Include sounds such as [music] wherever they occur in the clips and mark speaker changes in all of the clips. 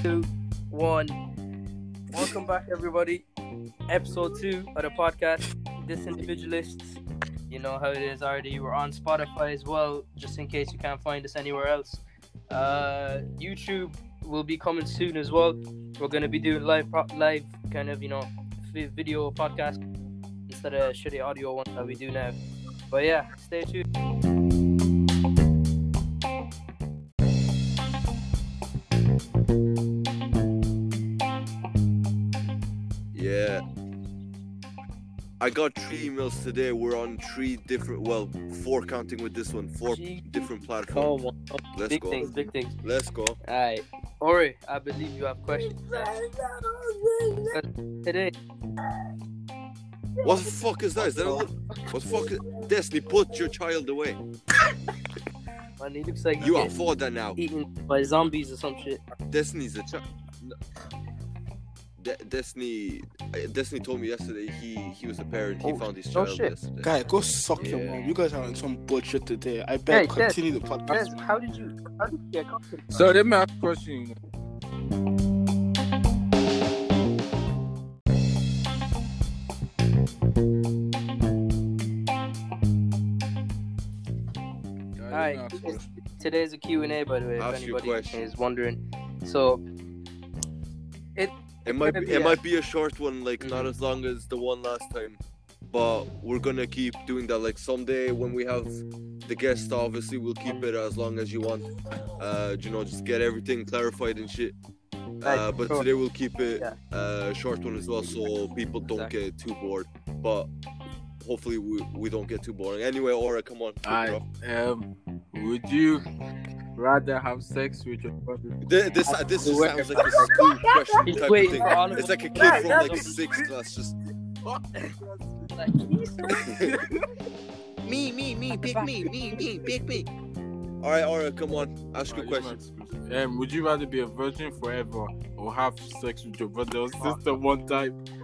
Speaker 1: Two, one. Welcome back, everybody. Episode two of the podcast, Disindividualists. You know how it is already. We're on Spotify as well, just in case you can't find us anywhere else. Uh, YouTube will be coming soon as well. We're gonna be doing live, pro- live kind of you know vi- video podcast instead of shitty audio ones that we do now. But yeah, stay tuned.
Speaker 2: Yeah. I got three emails today. We're on three different, well, four counting with this one, four
Speaker 1: Gee.
Speaker 2: different platforms. Let's
Speaker 1: Oh, big
Speaker 2: go.
Speaker 1: things, big things.
Speaker 2: Let's go.
Speaker 1: Alright. Ori, I believe you have questions. Today,
Speaker 2: What the fuck is that? Is that a look? What the fuck? Is... Destiny, put your child away.
Speaker 1: man, he looks like
Speaker 2: You
Speaker 1: he
Speaker 2: are
Speaker 1: gets
Speaker 2: father now.
Speaker 1: eaten by zombies or some shit.
Speaker 2: Destiny's a child. De- Destiny, uh, Destiny told me yesterday he he was a parent. He
Speaker 1: Oh,
Speaker 2: found his
Speaker 1: no
Speaker 2: child
Speaker 1: shit.
Speaker 2: yesterday.
Speaker 3: Guy, go suck your
Speaker 2: Yeah.
Speaker 3: mom. You guys are on some bullshit today. I better
Speaker 1: Hey, Des.
Speaker 3: continue the
Speaker 1: Yes,
Speaker 3: podcast.
Speaker 1: how did you? How did you get comfortable?
Speaker 4: So let me ask a question.
Speaker 1: Alright, today's a Q and A, by the way, if
Speaker 2: Ask your
Speaker 1: anybody
Speaker 2: question.
Speaker 1: is wondering. So,
Speaker 2: It might be,
Speaker 1: be
Speaker 2: it
Speaker 1: a-
Speaker 2: might be a short one, like not
Speaker 1: Mhm.
Speaker 2: as long as the one last time, but we're gonna keep doing that. Like someday when we have the guest, obviously we'll keep it as long as you want. Uh, you know, just get everything clarified and shit. Uh,
Speaker 1: Right,
Speaker 2: but
Speaker 1: sure.
Speaker 2: today we'll keep it
Speaker 1: Yeah.
Speaker 2: uh, short one as well, so people don't
Speaker 1: Exactly.
Speaker 2: get too bored. But hopefully we, we don't get too boring. Anyway, Aura, come on. kick it
Speaker 4: Alright.
Speaker 2: off.
Speaker 4: Um, would you rather have sex with your brother?
Speaker 2: Th- This uh, this just
Speaker 1: Whoever-
Speaker 2: sounds like a school question
Speaker 1: He's
Speaker 2: type of
Speaker 1: waiting
Speaker 2: thing.
Speaker 1: for all of
Speaker 2: It's
Speaker 1: them.
Speaker 2: like a kid from
Speaker 1: Yeah,
Speaker 2: like
Speaker 1: that's-
Speaker 2: sixth class just
Speaker 1: like,
Speaker 2: me, me, me, pick me, me, me, pick me. All right, all right, come on, ask your question.
Speaker 4: Um, would you rather be a virgin forever or have sex with your brother or sister one time? [laughs]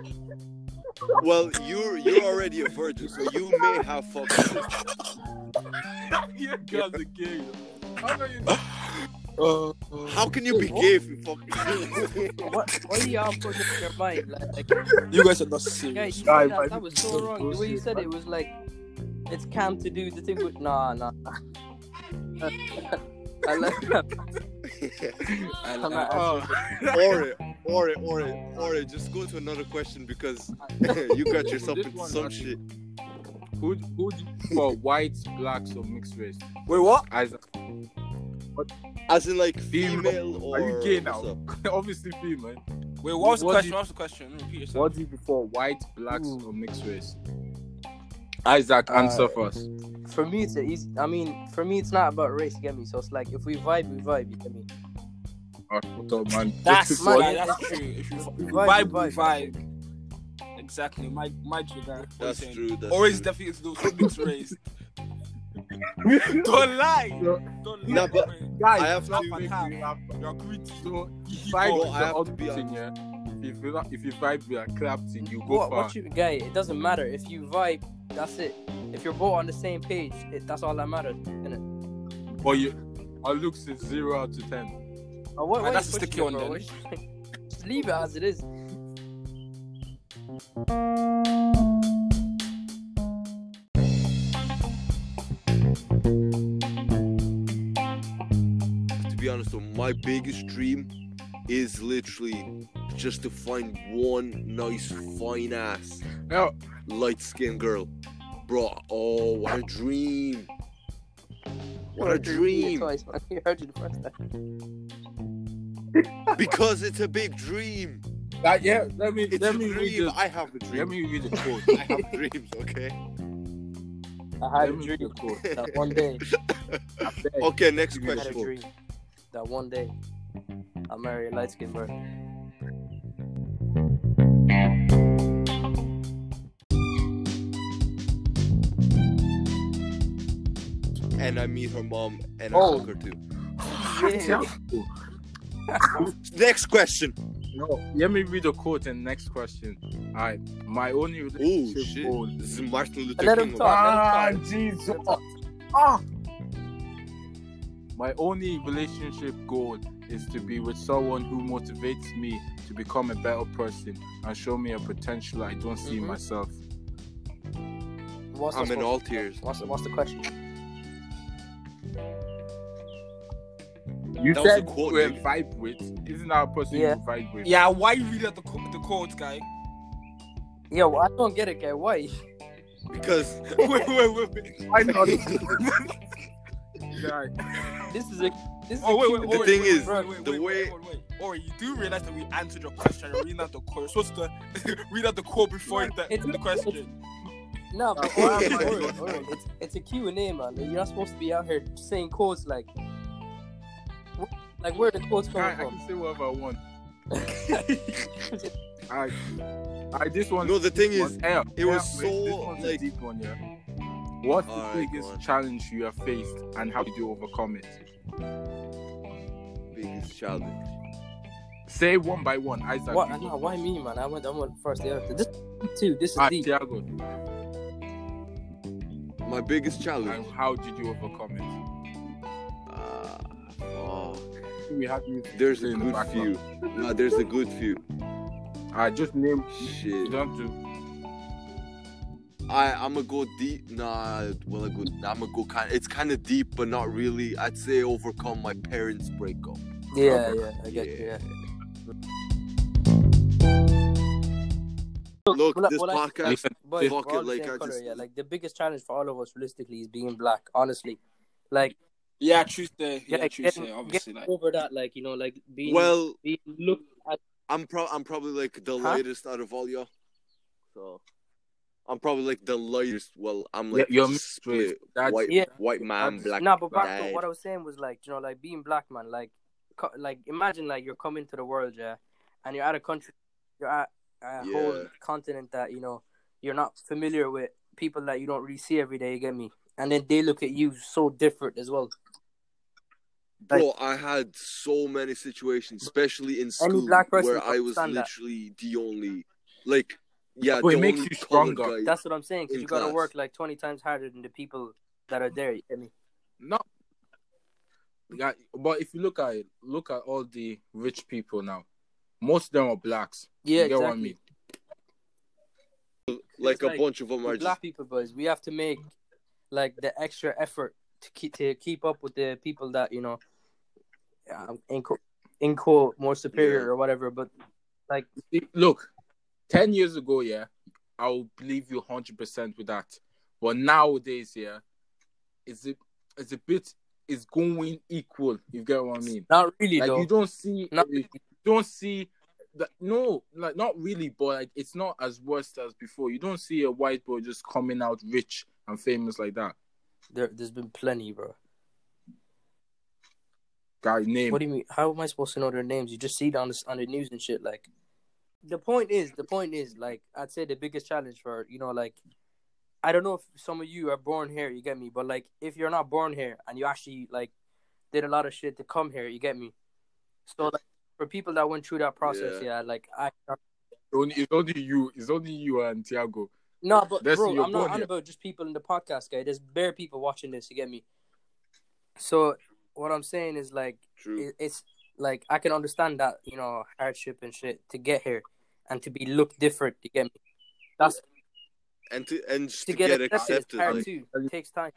Speaker 2: Well, you're you're already a virgin, so you may have fucked.
Speaker 4: you guys are gay. How know you
Speaker 2: How can you be gay if you
Speaker 4: [laughs]
Speaker 2: fuck?
Speaker 1: what? What are y'all putting in your mind? Like, like
Speaker 3: You guys are not
Speaker 2: [laughs]
Speaker 1: yeah, you
Speaker 3: serious.
Speaker 1: said
Speaker 4: Guy,
Speaker 1: that,
Speaker 4: man,
Speaker 1: that was
Speaker 4: this
Speaker 1: so
Speaker 4: is
Speaker 1: wrong. The way you
Speaker 4: bullshit,
Speaker 1: said
Speaker 4: man.
Speaker 1: it was like, it's calm to do the thing with. Nah, nah. nah. I love.
Speaker 3: And-
Speaker 1: I'm
Speaker 3: and-
Speaker 1: not-
Speaker 4: Oh,
Speaker 2: Or it, or it, or it, or it. Just go to another question because [laughs] you got yourself
Speaker 4: This
Speaker 2: into
Speaker 4: one,
Speaker 2: some
Speaker 4: actually.
Speaker 2: shit.
Speaker 4: who who do you prefer, whites, blacks, or mixed race?
Speaker 3: Wait, what?
Speaker 4: As [laughs]
Speaker 2: As in like
Speaker 4: Female.
Speaker 2: female or
Speaker 4: Are you gay now?
Speaker 2: what's up?
Speaker 4: obviously female.
Speaker 3: Wait, what was the
Speaker 4: What
Speaker 3: question?
Speaker 4: did-
Speaker 3: What was the question? Repeat yourself.
Speaker 4: What do you prefer, white, blacks,
Speaker 1: Ooh.
Speaker 4: or mixed race? Isaac, answer
Speaker 1: Uh,
Speaker 4: first.
Speaker 1: [laughs] For me, it's a easy. I mean, for me, it's not about race. You get me? So it's like if we vibe, we vibe. You get me?
Speaker 4: Oh, what up, man?
Speaker 3: [laughs] That's
Speaker 4: Just
Speaker 1: man,
Speaker 3: man,
Speaker 4: before-
Speaker 3: that's true. If you
Speaker 1: You
Speaker 3: vibe,
Speaker 1: vibe,
Speaker 3: vibe,
Speaker 1: you vibe.
Speaker 3: vibe. Exactly, my my trigger.
Speaker 2: That's
Speaker 3: Listen,
Speaker 2: true. That's
Speaker 3: Always
Speaker 2: true.
Speaker 3: definitely to do with mixed race. Don't lie. Don't lie.
Speaker 2: Nah, but-
Speaker 3: man.
Speaker 4: guys,
Speaker 2: I have
Speaker 3: half
Speaker 2: to.
Speaker 3: and
Speaker 4: make
Speaker 3: half.
Speaker 4: me laugh.
Speaker 3: You're greedy.
Speaker 4: So,
Speaker 2: Bro,
Speaker 4: vibe is
Speaker 2: I
Speaker 4: the
Speaker 2: have to be
Speaker 4: ultimate thing, yeah. If you if you vibe, you are clapping. You go
Speaker 1: what,
Speaker 4: far.
Speaker 1: what you guy? It doesn't matter if you vibe. That's it. If you're both on the same page, it, that's all that matters. Innit?
Speaker 4: But you, our looks is zero out of ten.
Speaker 1: Oh, what,
Speaker 3: Ah,
Speaker 1: what you
Speaker 3: that's a
Speaker 1: pushing
Speaker 3: sticky
Speaker 1: it,
Speaker 3: one
Speaker 1: bro?
Speaker 3: then.
Speaker 1: What you- Just [laughs] leave it as it is.
Speaker 2: to be honest though, my biggest dream is literally just to find one nice, fine ass,
Speaker 4: No,
Speaker 2: light skinned girl. Bro, oh, what a dream! What a dream!
Speaker 1: Twice, man. [laughs] You heard you the first time.
Speaker 2: Because it's a big dream!
Speaker 4: that, yeah. Let me
Speaker 2: It's
Speaker 4: let
Speaker 2: a
Speaker 4: me read
Speaker 2: dream!
Speaker 4: the
Speaker 2: I have a
Speaker 4: let
Speaker 2: dream.
Speaker 4: me read
Speaker 2: [laughs]
Speaker 4: the quote.
Speaker 2: I have dreams, okay?
Speaker 1: I had a
Speaker 2: [laughs]
Speaker 4: let me read the
Speaker 1: dream
Speaker 4: quote.
Speaker 1: that one day.
Speaker 4: I beg.
Speaker 2: Okay, next
Speaker 1: I had a
Speaker 2: question.
Speaker 1: dream that one day I'll marry a light skinned
Speaker 3: [laughs]
Speaker 1: girl.
Speaker 2: And I meet her mom and I
Speaker 4: Oh.
Speaker 2: fuck her too.
Speaker 1: Yeah.
Speaker 2: Next question!
Speaker 4: No, let me read the quote and next question. Alright, my only
Speaker 2: Oh,
Speaker 4: relationship
Speaker 2: shit.
Speaker 4: goal.
Speaker 2: This is Martin Luther
Speaker 1: Let
Speaker 2: King.
Speaker 1: him
Speaker 2: over
Speaker 1: talk.
Speaker 4: Ah, Jesus. Ah, My only relationship goal is to be with someone who motivates me to become a better person and show me a potential I don't see
Speaker 1: Mhm.
Speaker 4: myself.
Speaker 1: What's
Speaker 2: I'm
Speaker 1: the
Speaker 2: in all tears.
Speaker 1: What's the, what's the question?
Speaker 4: You
Speaker 2: That was a
Speaker 4: said
Speaker 2: quote,
Speaker 4: we
Speaker 2: nigga.
Speaker 4: vibe with. Isn't that a person
Speaker 1: Yeah.
Speaker 4: you vibe with?
Speaker 3: Yeah, why you read out the, co- the quotes, guy?
Speaker 1: Yeah, well, I don't get it, guy. Why? [laughs]
Speaker 4: [laughs]
Speaker 2: Because [laughs]
Speaker 3: wait, wait, wait, wait.
Speaker 4: Why [laughs] not? Yeah.
Speaker 1: This is a this is
Speaker 3: Oh,
Speaker 1: a
Speaker 3: wait,
Speaker 1: key-
Speaker 3: wait,
Speaker 2: The
Speaker 3: wait,
Speaker 2: thing
Speaker 3: wait,
Speaker 2: is,
Speaker 3: wait, wait,
Speaker 2: the
Speaker 3: wait,
Speaker 2: way-
Speaker 3: Wait, wait, wait. Or you do realize that we answered your question. You're reading out the quote. You're supposed to [laughs] read out the quote before the,
Speaker 1: It's-
Speaker 3: the question.
Speaker 1: No,
Speaker 2: [laughs]
Speaker 1: but
Speaker 2: Oh,
Speaker 1: alright,
Speaker 2: yeah.
Speaker 1: alright, alright. It's it's a Q and A, man. You're not supposed to be out here saying quotes like, like where the quotes
Speaker 4: I, I
Speaker 1: coming from?
Speaker 4: can say whatever I want. I, I this one.
Speaker 2: no, the thing is,
Speaker 4: was L.
Speaker 2: it was
Speaker 4: wait,
Speaker 2: so,
Speaker 4: this one's a
Speaker 2: like-
Speaker 4: deep one, yeah. What's the
Speaker 2: Alright, go
Speaker 4: biggest
Speaker 2: on.
Speaker 4: challenge you have faced and how did you overcome it?
Speaker 2: biggest challenge.
Speaker 4: Say one by one, Isaac.
Speaker 1: What?
Speaker 4: you
Speaker 1: No,
Speaker 4: go
Speaker 1: why
Speaker 4: first.
Speaker 1: me, man? I went I went first. The other. This too. This is
Speaker 4: Ah,
Speaker 1: deep.
Speaker 4: Thiago,
Speaker 2: My biggest challenge.
Speaker 4: and how did you overcome it?
Speaker 2: Ah, oh,
Speaker 4: We have you.
Speaker 2: there's a
Speaker 4: in the
Speaker 2: good
Speaker 4: background.
Speaker 2: few. Nah, there's a good few.
Speaker 4: I just name. You
Speaker 2: Shit.
Speaker 4: don't do.
Speaker 2: I I'ma go deep. Nah, well I go. I'ma go kind. It's kind of deep, but not really. I'd say overcome my parents' breakup.
Speaker 1: Yeah, yeah. I get you. Yeah.
Speaker 2: Look,
Speaker 1: will I-
Speaker 2: this
Speaker 1: will I-
Speaker 2: podcast.
Speaker 1: But
Speaker 2: Fuck
Speaker 1: we're all
Speaker 2: it,
Speaker 1: the
Speaker 2: like,
Speaker 1: same
Speaker 2: I
Speaker 1: color,
Speaker 2: just-
Speaker 1: yeah. Like the biggest challenge for all of us, realistically, is being black. Honestly, like
Speaker 3: Yeah, Tuesday. Yeah,
Speaker 1: like,
Speaker 3: Tuesday.
Speaker 1: getting-
Speaker 3: Obviously, like
Speaker 1: getting over that, like you know, like being
Speaker 2: well,
Speaker 1: being looked at.
Speaker 2: I'm pro. I'm probably like the
Speaker 1: Huh?
Speaker 2: lightest out of all y'all. So, I'm probably like the lightest. Well, I'm like
Speaker 4: Yeah, you're
Speaker 2: split
Speaker 4: That's
Speaker 2: white
Speaker 1: Yeah.
Speaker 2: white man
Speaker 4: that's-
Speaker 2: black.
Speaker 1: no, but back to
Speaker 2: man.
Speaker 1: what I was saying was like you know, like being black, man. Like, co- like imagine like you're coming to the world, yeah, and you're at a country, you're at a whole
Speaker 2: Yeah.
Speaker 1: continent that you know you're not familiar with, people that you don't really see every day. You get me? And then they look at you so different as well. Like-
Speaker 2: Bro, I had so many situations, especially in school,
Speaker 1: black person
Speaker 2: where
Speaker 1: can
Speaker 2: I was
Speaker 1: understand that.
Speaker 2: literally the only, like, yeah,
Speaker 4: Well, it
Speaker 2: the
Speaker 4: makes
Speaker 2: only
Speaker 4: you
Speaker 2: colored
Speaker 4: stronger.
Speaker 2: guy.
Speaker 1: That's what I'm saying. 'cause
Speaker 2: In
Speaker 1: you gotta
Speaker 2: class.
Speaker 1: work like twenty times harder than the people that are there. You get me?
Speaker 4: No. Yeah, but if you look at it, look at all the rich people now. Most of them are blacks.
Speaker 1: Yeah,
Speaker 4: you get
Speaker 1: exactly.
Speaker 4: what I mean?
Speaker 2: like
Speaker 1: it's
Speaker 2: a
Speaker 1: like
Speaker 2: bunch of them
Speaker 1: We're
Speaker 2: are
Speaker 1: black
Speaker 2: just
Speaker 1: people, boys. We have to make like the extra effort to keep to keep up with the people that you know, um, in quote, in quote more superior
Speaker 2: Yeah.
Speaker 1: or whatever. But
Speaker 4: See, Look, 10 years ago, yeah, I'll believe you 100% with that. But nowadays, yeah, it's a, it's a bit, it's going equal. You get what I mean?
Speaker 1: not really
Speaker 4: Like,
Speaker 1: though.
Speaker 4: you don't see,
Speaker 1: Not
Speaker 4: you don't see, that, no, like, not really, but like, it's not as worse as before. You don't see a white boy just coming out rich and famous like that.
Speaker 1: There, there's been plenty, bro.
Speaker 4: Guy, name.
Speaker 1: What do you mean? How am I supposed to know their names? You just see it on the on the news and shit. Like, the point is, the point is, like, I'd say the biggest challenge for you know, like, I don't know if some of you are born here. You get me? But like, if you're not born here and you actually like did a lot of shit to come here, you get me? So like, for people that went through that process, yeah, like I
Speaker 4: Only, it's only you, it's only you and Tiago.
Speaker 1: no, but
Speaker 4: That's
Speaker 1: bro,
Speaker 4: your
Speaker 1: I'm not
Speaker 4: born
Speaker 1: on
Speaker 4: here.
Speaker 1: about just people in the podcast, guy. There's bare people watching this. You get me? So what I'm saying is like.
Speaker 2: true.
Speaker 1: it, it's like I can understand that you know hardship and shit to get here and to be looked different. You get me? That's
Speaker 2: and to and just
Speaker 1: to get, accepted.
Speaker 2: accepted.
Speaker 1: is hard
Speaker 2: like,
Speaker 1: too. takes time.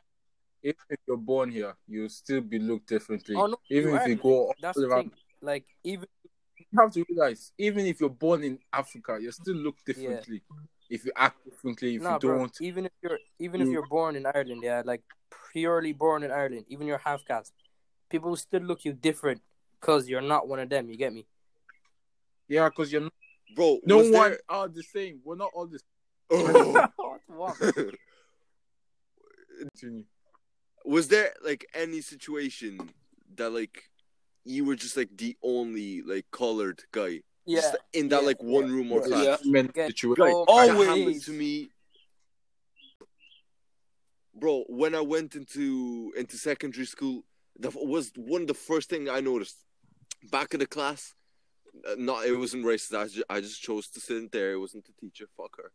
Speaker 4: Even if you're born here, you'll still be looked differently.
Speaker 1: Oh, no,
Speaker 4: even
Speaker 1: you
Speaker 4: if you
Speaker 1: are.
Speaker 4: go all
Speaker 1: That's the thing.
Speaker 4: around
Speaker 1: Like even
Speaker 4: you have to realize, even if you're born in Africa, you still look differently. If you act differently, if
Speaker 1: nah,
Speaker 4: you
Speaker 1: bro.
Speaker 4: don't,
Speaker 1: Even if you're even if
Speaker 4: you-
Speaker 1: you're born in Ireland, yeah, like purely born in Ireland, even your half caste, people will still look you different because you're not one of them. You get me?
Speaker 4: yeah, because you're not,
Speaker 2: bro,
Speaker 4: no
Speaker 2: was
Speaker 4: one
Speaker 2: there-
Speaker 4: are the same. We're not all the
Speaker 2: [laughs] Oh.
Speaker 1: [laughs] What the fuck?
Speaker 4: same.
Speaker 2: was there like any situation that like you were just like the only like colored guy
Speaker 1: yeah.
Speaker 2: just in that
Speaker 1: yeah,
Speaker 2: like one room or
Speaker 1: yeah.
Speaker 2: class?
Speaker 3: Yeah.
Speaker 4: Men
Speaker 1: Get-
Speaker 4: situation.
Speaker 2: Like,
Speaker 1: Oh,
Speaker 2: that
Speaker 1: always.
Speaker 2: happened to me. Bro, when I went into into secondary school, that was one of the first thing I noticed. Back of the class, uh, not it wasn't racist. I just, I just chose to sit there. It wasn't the teacher. Fuck her.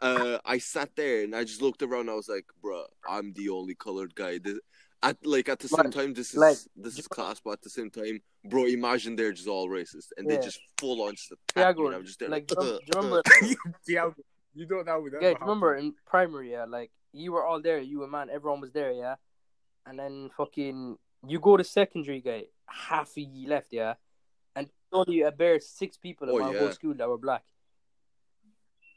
Speaker 2: Uh, I sat there and I just looked around. I was like, "Bruh, I'm the only colored guy." This, at like at the same
Speaker 1: Like-
Speaker 2: time this is
Speaker 1: like-
Speaker 2: this is class, but at the same time, bro, imagine they're just all racist and they
Speaker 1: Yeah.
Speaker 2: just full on just attack me,
Speaker 1: Thiago,
Speaker 2: and I'm just there uh,
Speaker 1: like, do you rem- do you
Speaker 2: [laughs]
Speaker 1: remember?
Speaker 4: Thiago, you don't know that.
Speaker 1: Yeah, do you remember in primary, yeah, like you were all there, you and man, everyone was there, yeah. And then fucking you go to secondary guy, half of ye left, yeah. And there's only a bare six people in
Speaker 2: Oh,
Speaker 1: my
Speaker 2: yeah.
Speaker 1: whole school that were black.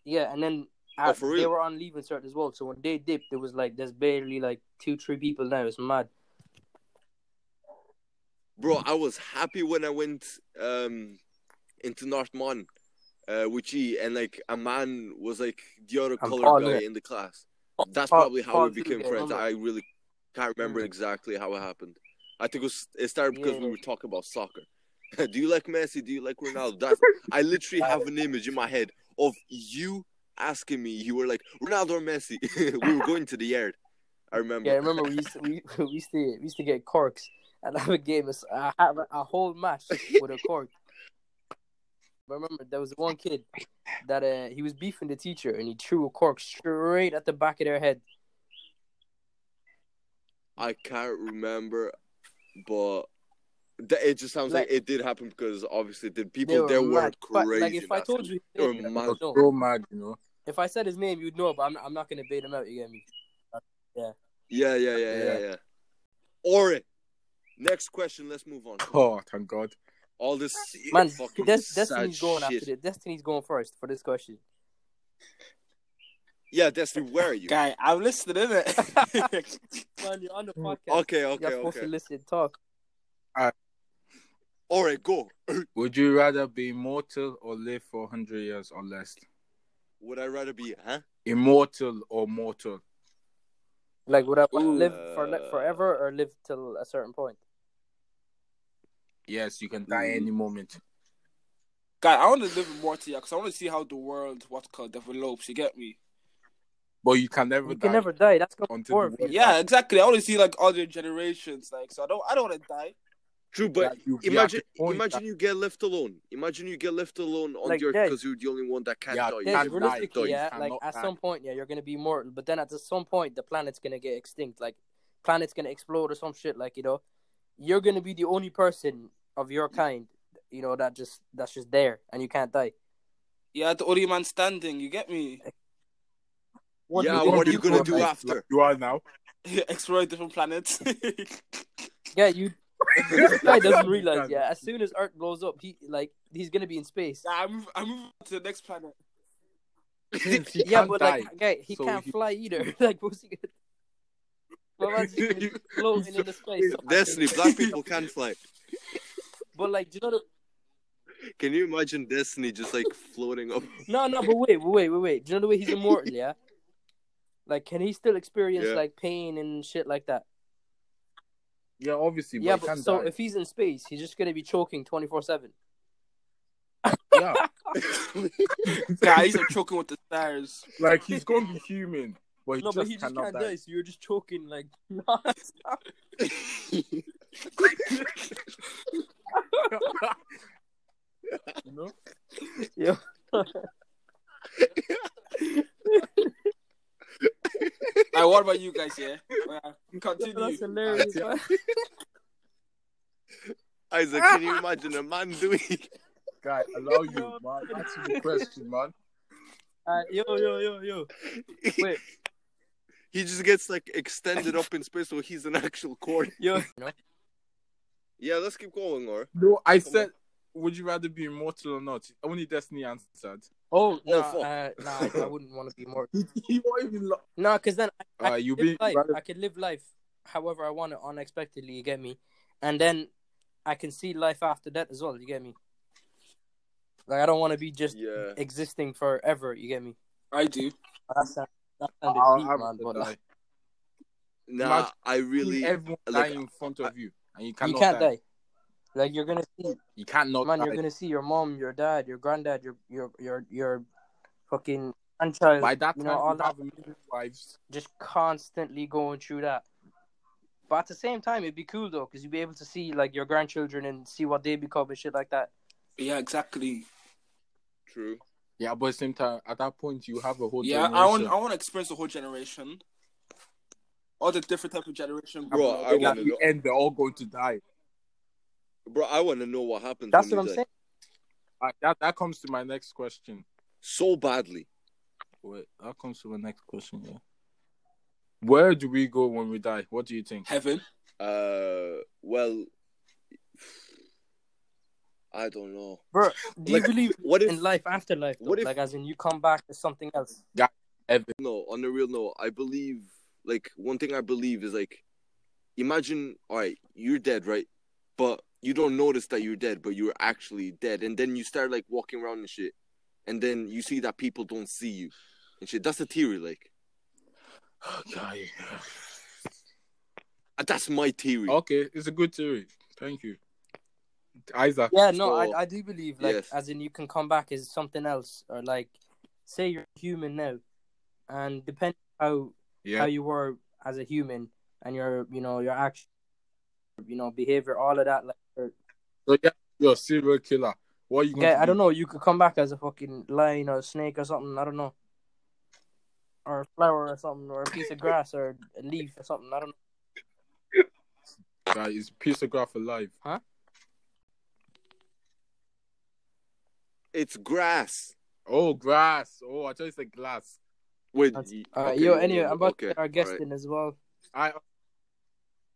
Speaker 1: Yeah, and then
Speaker 2: Oh,
Speaker 1: uh,
Speaker 2: for
Speaker 1: they
Speaker 2: real?
Speaker 1: were on leave insert as well. So when they dipped, there was like there's barely like two, three people now. It's mad.
Speaker 2: bro. I was happy when I went um into North Mon uh, with G, and like a man was like the other
Speaker 1: I'm
Speaker 2: color
Speaker 1: Paul
Speaker 2: guy
Speaker 1: Lewis.
Speaker 2: in the class. That's
Speaker 1: Paul-
Speaker 2: probably how
Speaker 1: Paul
Speaker 2: we became
Speaker 1: Lewis,
Speaker 2: friends.
Speaker 1: remember?
Speaker 2: I really can't remember
Speaker 1: Mm.
Speaker 2: exactly how it happened. I think it, was, it started because we
Speaker 1: Yeah.
Speaker 2: were talking about soccer. [laughs] Do you like Messi? Do you like
Speaker 1: [laughs]
Speaker 2: Ronaldo? That's I literally have an image in my head of you asking me. You were like Ronaldo or Messi. [laughs] we were going to the yard. I remember.
Speaker 1: Yeah, I remember we used to, we, [laughs] we used to we used to get corks and have a game, of- I have a, a whole match with a cork. I remember there was one kid that uh, he was beefing the teacher and he threw a cork straight at the back of their head.
Speaker 2: I can't remember, but th- it just sounds like,
Speaker 1: Like-
Speaker 2: it did happen because obviously the
Speaker 1: They
Speaker 2: people there were
Speaker 1: mad. But,
Speaker 2: crazy.
Speaker 1: like if I told you, his
Speaker 2: They were
Speaker 1: name, you'd
Speaker 2: mad.
Speaker 1: know.
Speaker 4: So mad, you know.
Speaker 1: if I said his name, you'd know. But I'm not, I'm not gonna bait him out. You get me?
Speaker 2: yeah, yeah, yeah, yeah,
Speaker 4: Yeah.
Speaker 2: yeah. Or next question. Let's move on.
Speaker 4: Oh, thank God.
Speaker 2: All this
Speaker 1: Man,
Speaker 2: fucking
Speaker 1: Des-
Speaker 2: sad
Speaker 1: Destiny's going
Speaker 2: shit.
Speaker 1: after this. Destiny's going first for this question.
Speaker 2: Yeah, Destiny, where are you?
Speaker 3: Guy, I'm listening, innit? [laughs]
Speaker 1: Man, you're on the
Speaker 4: Mm.
Speaker 1: podcast.
Speaker 2: Okay,
Speaker 1: You're
Speaker 2: okay,
Speaker 1: supposed to
Speaker 2: okay.
Speaker 1: listen, talk.
Speaker 2: All right, go.
Speaker 4: Would you rather be immortal or live for 100 years or less?
Speaker 2: Would I rather be, huh?
Speaker 4: Immortal or mortal?
Speaker 1: Like, would I want to
Speaker 2: Ooh. uh,
Speaker 1: live for like, forever or live till a certain point?
Speaker 4: Yes, you can die any moment.
Speaker 3: Guy, I want to live in Mortia because I want to see how the world, what's called, develops. You get me?
Speaker 4: But you can never
Speaker 1: You
Speaker 4: die.
Speaker 1: can never die. That's gonna be
Speaker 4: Until
Speaker 1: boring
Speaker 4: the
Speaker 1: for you.
Speaker 3: Yeah, exactly. I want to see like other generations, like so. I don't, I don't want to die.
Speaker 2: True, but
Speaker 4: Like, you- you have
Speaker 2: imagine,
Speaker 4: to point
Speaker 2: imagine
Speaker 4: that-
Speaker 2: you get left alone. Imagine you get left alone on
Speaker 1: Like
Speaker 2: the earth
Speaker 1: dead.
Speaker 2: because you're the only one that can't die.
Speaker 4: Yeah, dead,
Speaker 1: Yeah,
Speaker 2: You
Speaker 4: can't
Speaker 2: can't
Speaker 4: die.
Speaker 1: realistically,
Speaker 2: die.
Speaker 1: yeah,
Speaker 4: You
Speaker 1: like
Speaker 4: cannot
Speaker 1: at
Speaker 4: die.
Speaker 1: some point, yeah, you're gonna be mortal, but then at some point, the planet's gonna get extinct. Like, planet's gonna explode or some shit. Like, you know, you're gonna be the only person of your kind, you know, that just that's just there, and you can't die.
Speaker 3: Yeah, the only man standing. You get me? [laughs]
Speaker 2: What Yeah,
Speaker 4: You
Speaker 2: what
Speaker 4: can
Speaker 2: are you
Speaker 4: be
Speaker 2: gonna do
Speaker 4: immortal like
Speaker 2: after?
Speaker 4: You are now.
Speaker 3: Explore different
Speaker 1: [laughs]
Speaker 3: planets. [laughs]
Speaker 1: Yeah, you. This guy
Speaker 4: [laughs]
Speaker 1: doesn't realize. Yeah, as soon as Earth blows up, he like he's gonna be in space.
Speaker 3: I move, I move to the next planet.
Speaker 4: Since you
Speaker 1: Yeah,
Speaker 4: can't
Speaker 1: but
Speaker 4: die.
Speaker 1: like, guy, he
Speaker 4: so
Speaker 1: can't
Speaker 4: he-
Speaker 1: fly either. [laughs] like, what's he
Speaker 4: [laughs]
Speaker 1: gonna? My man's just gonna be floating in the space. [laughs]
Speaker 2: Destiny, black people can fly.
Speaker 1: But like, do you know the
Speaker 2: Can you imagine Destiny just like floating up? [laughs]
Speaker 1: No, no, but wait, but wait, wait, wait. Do you know the way he's
Speaker 4: [laughs]
Speaker 1: immortal? Yeah. Like, can he still experience
Speaker 2: Yeah.
Speaker 1: like pain and shit like that?
Speaker 4: yeah, obviously.
Speaker 1: yeah,
Speaker 4: you
Speaker 1: but
Speaker 4: can't
Speaker 1: so
Speaker 4: die.
Speaker 1: if he's in space, he's just gonna be choking twenty four seven.
Speaker 4: yeah,
Speaker 3: Guys, I'm choking with the stars.
Speaker 4: like he's going to be human, but he
Speaker 1: No,
Speaker 4: just
Speaker 1: but he just
Speaker 4: cannot
Speaker 1: can't
Speaker 4: die.
Speaker 1: die. So you're just choking like. [laughs] nonstop.
Speaker 4: You know?
Speaker 3: Like, what about you guys? Yeah, Well,
Speaker 1: That's
Speaker 3: continue.
Speaker 1: hilarious. man.
Speaker 2: Isaac, can you imagine a man doing?
Speaker 1: [laughs]
Speaker 4: Guy, allow you, man. Answer the question, man.
Speaker 1: [laughs] Uh, yo, yo, yo, yo. Wait.
Speaker 2: He just gets like extended up in space, so he's an actual cord.
Speaker 1: Yo, you know,
Speaker 2: Yeah, let's keep going, or
Speaker 4: No, I said, would you rather be immortal or not? Only Destiny answered.
Speaker 1: oh no,
Speaker 2: fuck.
Speaker 1: uh, nah, I wouldn't want to be [laughs] more.
Speaker 4: [laughs] He won't even. Lo-
Speaker 1: No, because then I,
Speaker 4: uh,
Speaker 1: I
Speaker 4: you
Speaker 1: could
Speaker 4: be
Speaker 1: live life.
Speaker 4: rather-
Speaker 1: I could live life however I want it unexpectedly. You get me, and then I can see life after that as well. You get me. Like I don't want to be just
Speaker 2: yeah,
Speaker 1: existing forever. You get me.
Speaker 3: I do.
Speaker 1: That sound- that sounded
Speaker 4: I'll-
Speaker 1: deep,
Speaker 4: I'll
Speaker 1: man.
Speaker 4: rather
Speaker 1: But
Speaker 4: die.
Speaker 1: like,
Speaker 2: nah,
Speaker 4: Imagine-
Speaker 2: I really,
Speaker 4: everyone
Speaker 2: like,
Speaker 4: dying in front of you, and you cannot
Speaker 1: you can't
Speaker 4: die.
Speaker 1: die. Like you're gonna see,
Speaker 4: You cannot
Speaker 1: man.
Speaker 4: die.
Speaker 1: You're gonna see your mom, your dad, your granddad, your your your your fucking grandchild.
Speaker 4: By that
Speaker 1: you
Speaker 4: time,
Speaker 1: know,
Speaker 4: you,
Speaker 1: all that-
Speaker 4: have a million lives.
Speaker 1: just constantly going through that. But at the same time, it'd be cool though, because you'd be able to see like your grandchildren and see what they become and shit like that.
Speaker 3: Yeah, exactly.
Speaker 2: true.
Speaker 4: Yeah, but at the same time, at that point, you have a whole
Speaker 3: Yeah, I
Speaker 4: generation.
Speaker 3: want, I want to experience the whole generation. all the different type of generation.
Speaker 2: Bro,
Speaker 3: growing up.
Speaker 2: I
Speaker 4: At
Speaker 2: wanna
Speaker 4: the
Speaker 2: know.
Speaker 4: end, they're all going to die.
Speaker 2: Bro, I want to know what happens.
Speaker 1: That's
Speaker 2: when
Speaker 1: what I'm
Speaker 2: he's,
Speaker 1: saying.
Speaker 2: like,
Speaker 4: Alright, that that comes to my next question.
Speaker 2: So badly.
Speaker 4: Wait, that comes to my next question. Yeah. Where do we go when we die? What do you think?
Speaker 3: heaven.
Speaker 2: Uh, well, [sighs] I don't know.
Speaker 1: Bro, do
Speaker 2: Like,
Speaker 1: you believe
Speaker 2: What if
Speaker 1: in life after life? Though?
Speaker 2: what if-
Speaker 1: like, as in, you come back as something else.
Speaker 2: no, on the real note, I believe like one thing I believe is like imagine all right, you're dead, right? But you don't notice that you're dead, but you're actually dead. And then you start like walking around and shit. And then you see that people don't see you and shit. That's a theory, like
Speaker 4: Okay,
Speaker 2: Uh, that's my theory.
Speaker 1: Oh,
Speaker 4: okay, it's a good theory. Thank you, Isaac.
Speaker 1: Yeah, no,
Speaker 2: So-
Speaker 1: I, I do believe like
Speaker 2: Yes.
Speaker 1: as in you can come back as something else, or like say you're human now, and depending how how
Speaker 4: Yeah,
Speaker 1: you were as a human and your you know your action, you know behavior, all of that. Like, or-
Speaker 4: so yeah, you're a serial killer. What are you? Going
Speaker 1: yeah,
Speaker 4: to
Speaker 1: I don't know. You could come back as a fucking lion or a snake or something. I don't know, or a flower or something, or a piece of grass or a leaf or something. I don't. know.
Speaker 4: know. Guy is piece of graph alive.
Speaker 2: It's grass.
Speaker 4: Oh, grass. Oh, I thought you said glass.
Speaker 2: Wait,
Speaker 1: That's-
Speaker 2: y-
Speaker 1: Uh,
Speaker 2: okay,
Speaker 1: yo,
Speaker 2: no, no,
Speaker 1: anyway,
Speaker 2: no,
Speaker 1: I'm about
Speaker 2: okay,
Speaker 1: to uh, get our guest
Speaker 2: alright.
Speaker 1: in as well.
Speaker 4: I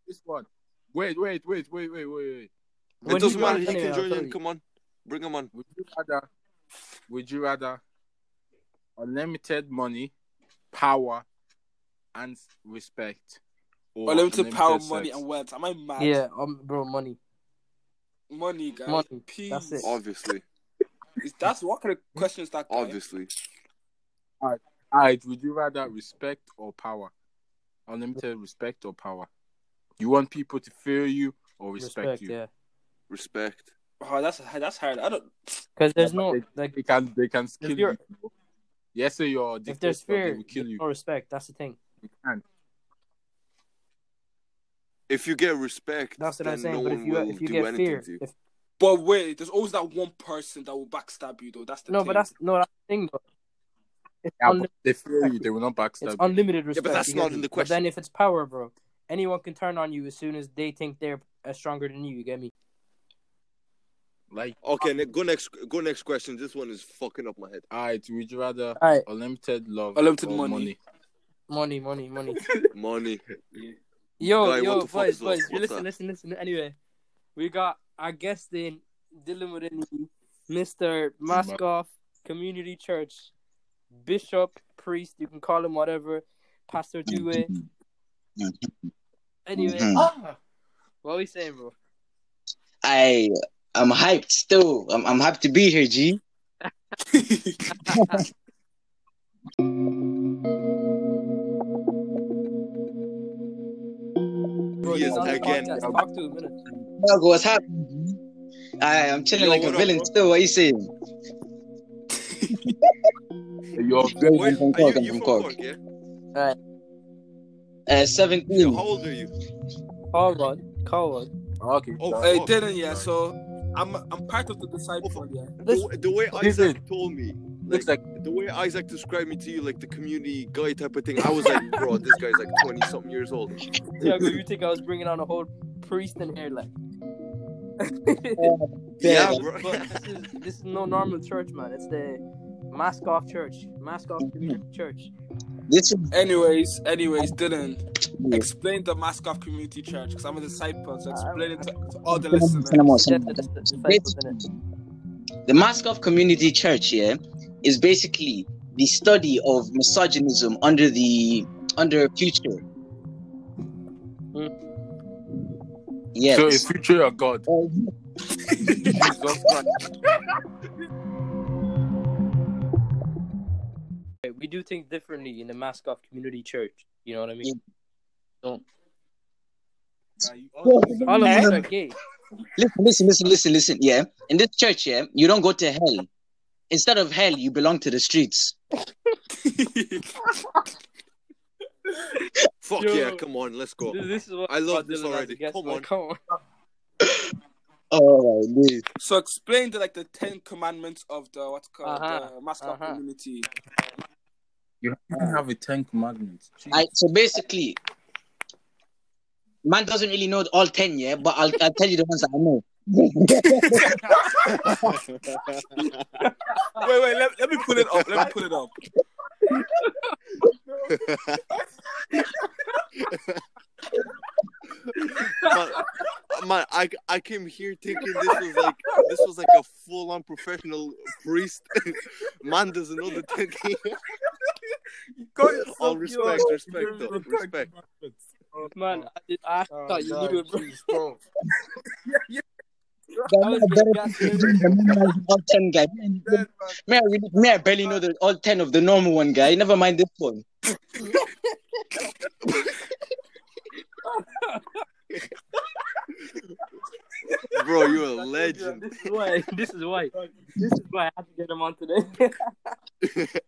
Speaker 4: this one. Wait, wait, wait, wait, wait, wait, wait.
Speaker 1: When
Speaker 2: It doesn't matter.
Speaker 1: joins
Speaker 2: He
Speaker 1: anyway,
Speaker 2: can
Speaker 1: I'll
Speaker 2: join
Speaker 1: tell
Speaker 2: in.
Speaker 1: you. uh,
Speaker 2: Come on, bring him on.
Speaker 4: Would you rather? Would you rather unlimited money, power, and respect, or
Speaker 3: Unlimited power,
Speaker 4: sex?
Speaker 3: money, and words. Am I mad?
Speaker 1: Yeah, um, bro, money.
Speaker 3: Money, guys.
Speaker 1: Money.
Speaker 3: Peace.
Speaker 1: That's it. Hmm?
Speaker 2: Obviously,
Speaker 3: Is- That's what kind of questions that guy.
Speaker 2: obviously.
Speaker 4: Alright, would you rather respect or power? Unlimited respect or power? You want people to fear you or respect, you?
Speaker 1: yeah.
Speaker 2: Respect.
Speaker 3: Oh, that's that's hard. I don't.
Speaker 1: Because there's
Speaker 4: Yeah, but
Speaker 1: no like
Speaker 4: They can they can kill you.
Speaker 1: you're-
Speaker 4: Yes, sir, you're a
Speaker 1: if there's
Speaker 4: dictator, they
Speaker 1: fear,
Speaker 4: will kill
Speaker 1: there's
Speaker 4: you.
Speaker 1: no respect. That's the thing.
Speaker 4: They can.
Speaker 2: If you get respect,
Speaker 1: That's what
Speaker 2: then
Speaker 1: I'm saying.
Speaker 2: no
Speaker 1: but if
Speaker 2: one
Speaker 1: you
Speaker 2: will
Speaker 1: if you
Speaker 2: do
Speaker 1: get
Speaker 2: anything
Speaker 1: fear,
Speaker 2: to you.
Speaker 1: if,
Speaker 3: But wait, there's always that one person that will backstab you, though. That's the
Speaker 1: no,
Speaker 3: thing.
Speaker 1: but that's no that's the thing. Though. It's,
Speaker 4: Yeah,
Speaker 1: unli-
Speaker 4: but they fear you, they will not
Speaker 1: it's
Speaker 4: backstab you.
Speaker 1: unlimited respect.
Speaker 2: but that's
Speaker 1: you get
Speaker 2: not in
Speaker 1: me?
Speaker 2: the
Speaker 1: But then
Speaker 2: question.
Speaker 1: if it's power, bro, anyone can turn on you as soon as they think they're uh, stronger than you. You get me?
Speaker 4: Like
Speaker 2: Okay, ne- go next. Go next question. This one is fucking up my head.
Speaker 4: alright, would you rather
Speaker 1: All right,
Speaker 4: unlimited love
Speaker 3: Unlimited
Speaker 4: or
Speaker 3: money.
Speaker 1: money, money,
Speaker 2: [laughs]
Speaker 1: money.
Speaker 2: Money.
Speaker 1: Yo,
Speaker 2: Guy, what
Speaker 1: yo,
Speaker 2: the fuck
Speaker 1: boys,
Speaker 2: is up?
Speaker 1: boys,
Speaker 2: What's
Speaker 1: listen,
Speaker 2: up?
Speaker 1: listen, listen. Anyway, we got our guest in Dylan Morini, Mr. Maskoff, Community Church, Bishop, Priest, you can call him whatever, Pastor Dewey. Anyway,
Speaker 4: Mm-hmm.
Speaker 3: [laughs]
Speaker 1: what we saying, bro?
Speaker 5: I I'm hyped still. I'm I'm hyped to be here, G.
Speaker 1: Bro,
Speaker 2: Yes,
Speaker 1: he's on the
Speaker 2: again.
Speaker 1: podcast. Talk to him, minute.
Speaker 5: Melgo, what's happening? G? I I'm chilling
Speaker 3: Yo,
Speaker 5: like
Speaker 3: what
Speaker 5: a
Speaker 3: up,
Speaker 5: villain
Speaker 3: bro?
Speaker 5: still. What you saying?
Speaker 4: You're very
Speaker 2: Wait,
Speaker 5: from
Speaker 2: are
Speaker 5: Cork,
Speaker 2: you,
Speaker 5: I'm
Speaker 2: you
Speaker 5: from
Speaker 2: from
Speaker 5: Cork.
Speaker 2: Cork? Yeah.
Speaker 5: Uh,
Speaker 2: Yo,
Speaker 5: seventeen.
Speaker 2: how old are you?
Speaker 1: Call one, call one.
Speaker 4: okay.
Speaker 2: Oh,
Speaker 3: Hey,
Speaker 2: fuck.
Speaker 3: didn't yeah. So I'm I'm part of the disciple. Yeah.
Speaker 2: The, way- the way
Speaker 4: Listen.
Speaker 2: Isaac told me,
Speaker 4: looks like
Speaker 2: the way Isaac described me to you, like the community guy type of thing, I was like, bro, this guy's like twenty something years old. [laughs]
Speaker 1: Tiago, you think I was bringing on a whole priest in here, like?
Speaker 2: Oh,
Speaker 1: [laughs]
Speaker 2: Yeah,
Speaker 5: Yeah.
Speaker 2: bro.
Speaker 1: But
Speaker 2: [laughs]
Speaker 1: this is this is no normal church, man. It's the mask off church, mask off community
Speaker 2: Mm.
Speaker 1: church.
Speaker 5: This is
Speaker 3: Anyways, anyways, Dylan, explain the mask off community church because I'm a disciple. So explain it to, to all the listeners.
Speaker 5: Send 'em all,
Speaker 1: Yeah,
Speaker 5: send 'em all.
Speaker 1: that's the disciples
Speaker 5: It's-
Speaker 1: in it.
Speaker 5: The Mask Off Community Church here is basically the study of misogynism under the under future. Yes.
Speaker 4: so if you feature a god,
Speaker 5: Uh,
Speaker 4: Jesus Christ.
Speaker 1: We do things differently in the mask off community church. You know what I mean? [laughs]
Speaker 2: Mm.
Speaker 1: All of us are gay.
Speaker 5: Listen, listen, listen, listen, listen. Yeah, in this church, yeah, you don't go to hell. Instead of hell, you belong to the streets.
Speaker 2: Fuck
Speaker 1: Yo.
Speaker 2: yeah, come on, let's go.
Speaker 1: This is what
Speaker 2: I love
Speaker 1: Dylan
Speaker 2: this
Speaker 1: has a
Speaker 2: already.
Speaker 1: guest,
Speaker 2: Come
Speaker 1: man.
Speaker 2: on.
Speaker 1: come on.
Speaker 5: Oh, dude.
Speaker 3: So explain the like the Ten Commandments of the what's called
Speaker 1: Uh-huh,
Speaker 3: the mask off
Speaker 1: uh-huh.
Speaker 3: community.
Speaker 4: you have a ten commandments.
Speaker 5: I, so basically, Man doesn't really know all ten, yeah, but I'll, I'll tell you the ones that I know.
Speaker 3: Wait, wait, let, let me pull it up. Let me pull it up.
Speaker 2: man, man, I, I came here thinking this was like this was like a full on professional priest. [laughs] man doesn't know the technique.
Speaker 3: Got it.
Speaker 2: All respect, respect,
Speaker 3: You're-
Speaker 2: though, respect. Oh,
Speaker 1: Man, I, did, I
Speaker 4: Oh,
Speaker 1: thought you
Speaker 4: God,
Speaker 1: knew it. bro.
Speaker 4: please, bro.
Speaker 1: I was
Speaker 5: I'm
Speaker 1: being
Speaker 5: not better
Speaker 1: gaslit.
Speaker 5: than me, man, all ten guy. Me,
Speaker 3: Dead,
Speaker 5: I really- me, I barely know the all ten of the normal one guy. Never mind this one.
Speaker 2: Bro, you're a legend.
Speaker 1: This is why. [laughs] This is why. This is why I had to get him on today.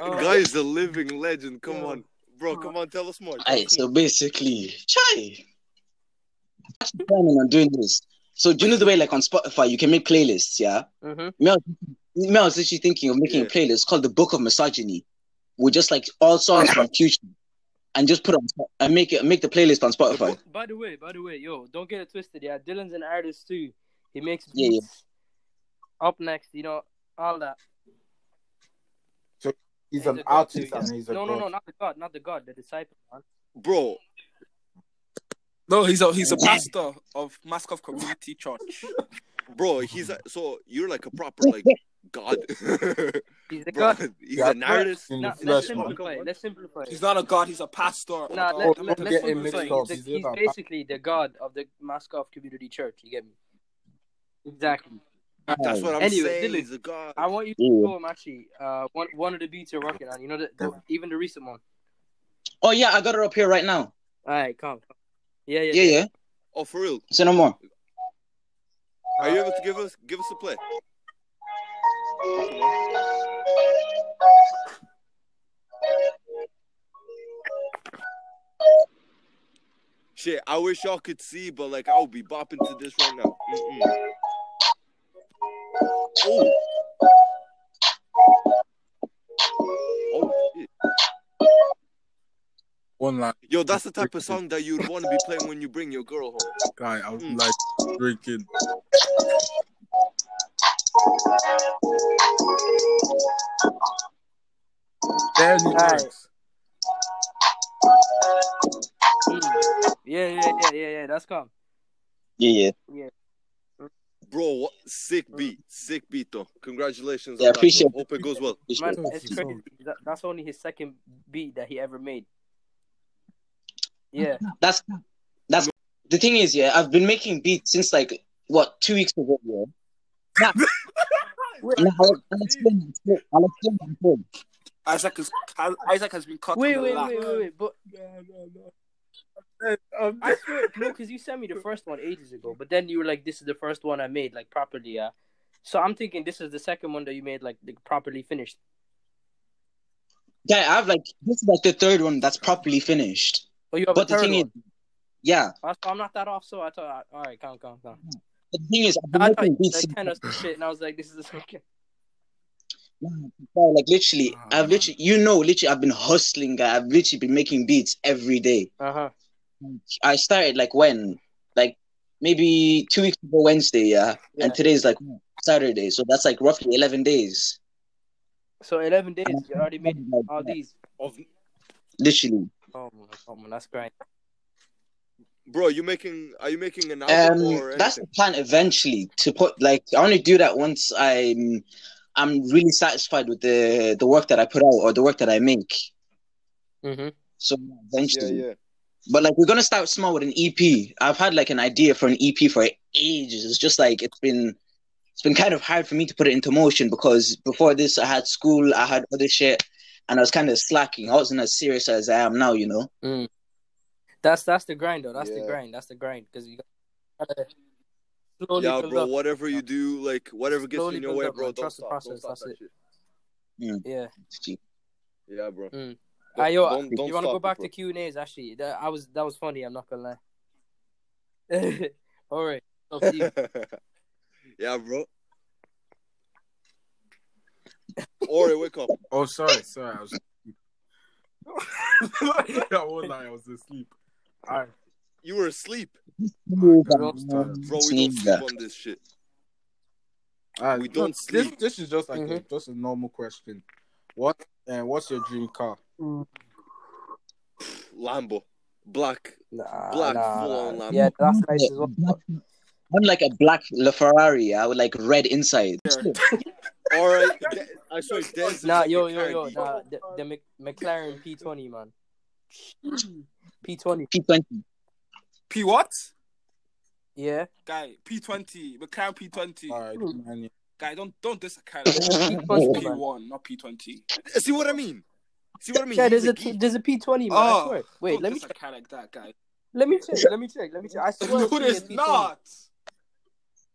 Speaker 1: Oh.
Speaker 2: Guy's a living legend. Come on. Bro, come on, tell us more. Tell
Speaker 5: Alright,
Speaker 2: us more.
Speaker 5: so basically, chai. Actually, planning on doing this. So do you know the way, like on Spotify, you can make playlists, yeah?
Speaker 1: Mm-hmm.
Speaker 5: Mel, Mel is literally thinking of making a
Speaker 2: Yeah.
Speaker 5: playlist called the Book of Misogyny, with just like all songs from Future, and just put on and make it make the playlist on Spotify.
Speaker 1: By the way, by the way, yo, don't get it twisted. Yeah, Dylan's an artist too. He makes
Speaker 5: Yeah, yeah.
Speaker 1: beats. Up next, you know, all that.
Speaker 4: He's
Speaker 1: a
Speaker 4: an
Speaker 1: god too,
Speaker 4: artist
Speaker 1: yeah.
Speaker 4: and he's a
Speaker 1: no, no,
Speaker 4: god.
Speaker 1: no, not the god, not the god, the disciple. Man.
Speaker 2: Bro,
Speaker 3: No, he's a he's a pastor of Maskov Community Church.
Speaker 2: bro, he's a, so you're like a proper like god. [laughs]
Speaker 1: He's the
Speaker 2: bro,
Speaker 1: god.
Speaker 2: he's
Speaker 4: Yeah.
Speaker 2: an artist.
Speaker 4: In the
Speaker 1: Nah, let's
Speaker 4: flesh, man.
Speaker 1: simplify. it, Let's simplify.
Speaker 3: He's
Speaker 1: it.
Speaker 3: not a god. He's a pastor.
Speaker 1: Nah,
Speaker 3: Oh,
Speaker 1: let,
Speaker 4: don't
Speaker 1: let, let's
Speaker 4: get him
Speaker 1: simplify.
Speaker 4: mixed up.
Speaker 1: it. He's,
Speaker 4: He's
Speaker 1: the, he's
Speaker 4: either-
Speaker 1: basically the god of the Moscow Community Church. You get me? Exactly.
Speaker 2: That's what I'm
Speaker 1: Anyway,
Speaker 2: saying.
Speaker 1: Dylan.
Speaker 2: He's a god.
Speaker 1: I want you to
Speaker 5: Yeah.
Speaker 1: show him actually uh, one one of the beats you're working on. You know, the, the, even the recent one.
Speaker 5: Oh yeah, I got it up here right now.
Speaker 1: All right, come. come. Yeah, yeah,
Speaker 5: Yeah, yeah.
Speaker 2: Oh, for real?
Speaker 5: Say no more.
Speaker 2: Are you able to give us give us a play? Shit, I wish y'all could see, but like I'll be bopping to this right now. Mm-mm. Oh. Oh, shit.
Speaker 4: One like
Speaker 2: yo, that's the type of song that you'd want to be playing when you bring your girl home.
Speaker 4: guy, I was
Speaker 1: Hmm.
Speaker 2: Mm.
Speaker 4: like drinking. There he
Speaker 1: Alright.
Speaker 4: is.
Speaker 1: Mm. yeah, yeah, yeah, yeah, yeah. That's calm.
Speaker 5: Yeah, yeah.
Speaker 2: Bro, what? sick beat, sick beat though. Congratulations.
Speaker 5: Yeah,
Speaker 2: on that,
Speaker 5: appreciate
Speaker 2: bro. Hope it goes well.
Speaker 1: Man,
Speaker 4: Sure,
Speaker 1: it's
Speaker 4: sure.
Speaker 1: crazy. That, that's only his second beat that he ever made. Yeah,
Speaker 5: That's that's the thing is, yeah. I've been making beats since like what two weeks ago. Yeah. Nah. Nah, I'll, I'll explain. I'll explain. I'll explain.
Speaker 3: Isaac is Isaac has been cut.
Speaker 1: Wait,
Speaker 3: from the
Speaker 1: wait,
Speaker 3: lack.
Speaker 1: wait, wait, wait. But I swear, no, because you sent me the first one ages ago, but then you were like, "This is the first one I made, like properly." Yeah. So I'm thinking this is the second one that you made, like, like properly finished.
Speaker 5: Yeah, I have like this is like the third one that's properly finished.
Speaker 1: Oh, you have
Speaker 5: But
Speaker 1: a
Speaker 5: the
Speaker 1: third
Speaker 5: thing
Speaker 1: one.
Speaker 5: is, yeah.
Speaker 1: I- I'm not that off, so I thought, all right, come, come, come.
Speaker 5: The thing is, I've been
Speaker 1: I thought
Speaker 5: making
Speaker 1: you
Speaker 5: beats.
Speaker 1: like, kind of shit, and I was like, "This is the second.
Speaker 5: Bro, like literally, I've literally, you know, literally, I've been hustling. guy. I've literally been making beats every day.
Speaker 1: Uh huh.
Speaker 2: Uh-huh.
Speaker 5: I started like when, like maybe two weeks ago Wednesday, yeah,
Speaker 1: Yeah.
Speaker 5: and today's like Saturday, so that's like roughly eleven days.
Speaker 1: So 11 days, you already made all these.
Speaker 2: Of
Speaker 5: Literally,
Speaker 1: Oh my god, man, that's great.
Speaker 2: Bro, you making are you making an album or
Speaker 5: um, that's the
Speaker 2: anything?
Speaker 5: plan eventually to put like I want to do that once I'm, I'm really satisfied with the the work that I put out or the work that I make.
Speaker 1: Mm-hmm.
Speaker 5: So
Speaker 2: Yeah,
Speaker 5: eventually,
Speaker 2: yeah.
Speaker 5: But like we're gonna start small with an EP. I've had like an idea for an EP for ages. It's just like it's been it's been kind of hard for me to put it into motion because before this I had school, I had other shit, and I was kind of slacking. I wasn't as serious as I am now, you know.
Speaker 1: That's that's the grind though. That's the
Speaker 2: Yeah.
Speaker 1: grind. That's the grind because you gotta slowly
Speaker 2: yeah,
Speaker 1: build
Speaker 2: bro.
Speaker 1: up.
Speaker 2: Whatever you do, like whatever gets
Speaker 1: Slowly
Speaker 2: in your
Speaker 1: build
Speaker 2: way,
Speaker 1: up,
Speaker 2: bro.
Speaker 1: man.
Speaker 2: Don't
Speaker 1: Trust the
Speaker 2: stop.
Speaker 1: process,
Speaker 2: don't stop
Speaker 1: that's
Speaker 2: that
Speaker 1: it.
Speaker 2: shit.
Speaker 1: Yeah.
Speaker 2: Yeah,
Speaker 1: Mm.
Speaker 2: bro. Don't-
Speaker 1: Ah, yo,
Speaker 2: don't, don't
Speaker 1: you want to
Speaker 2: stop
Speaker 1: go
Speaker 2: it,
Speaker 1: back
Speaker 2: bro.
Speaker 1: to Q and A's? Actually, that I was that was funny. I'm not gonna lie. [laughs] All right. So,
Speaker 2: [laughs]
Speaker 1: Steve,
Speaker 2: yeah, bro. Ori, wake up.
Speaker 4: Oh, [laughs] sorry, sorry. I was. I won't lie, I was asleep. Alright.
Speaker 2: You were asleep, bro. We don't
Speaker 5: Sneaker.
Speaker 2: sleep on this shit. [sighs]
Speaker 4: Alright,
Speaker 2: We don't
Speaker 4: look, this,
Speaker 2: sleep.
Speaker 4: this is just like a,
Speaker 1: Mhm.
Speaker 4: just a normal question. What and what's your dream car?
Speaker 2: Lambo, black.
Speaker 1: Nah,
Speaker 2: Black,
Speaker 1: nah,
Speaker 2: full
Speaker 1: nah.
Speaker 2: on lamp.
Speaker 1: Yeah, that's nice as well.
Speaker 5: I'm like a black LaFerrari. I would like red inside.
Speaker 3: Yeah.
Speaker 2: All
Speaker 1: [laughs]
Speaker 2: right, De- I swear, Dez is
Speaker 1: Nah,
Speaker 2: like
Speaker 1: yo,
Speaker 2: a
Speaker 1: yo, yo,
Speaker 2: candy.
Speaker 1: nah. The, the Mc, McLaren P20, man. P20.
Speaker 5: P20.
Speaker 3: P what?
Speaker 1: Yeah.
Speaker 3: Guy, P20. McLaren P20.
Speaker 4: Alright,
Speaker 1: Hmm.
Speaker 4: man.
Speaker 3: Guy, don't don't diss a car.
Speaker 5: [laughs]
Speaker 3: P1, not P20.
Speaker 2: See what I mean? See what I mean?
Speaker 1: Yeah, there's
Speaker 2: He's a
Speaker 1: a
Speaker 2: geek.
Speaker 1: there's a P20, man. I
Speaker 3: Oh,
Speaker 1: swear. Wait,
Speaker 3: don't
Speaker 1: let me
Speaker 3: diss
Speaker 1: check.
Speaker 3: a car like that,
Speaker 1: [laughs]
Speaker 3: guy.
Speaker 1: Let me check. Let me check. Let me check. I swear.
Speaker 3: No,
Speaker 1: I've seen
Speaker 3: there's
Speaker 1: a P20.
Speaker 3: not.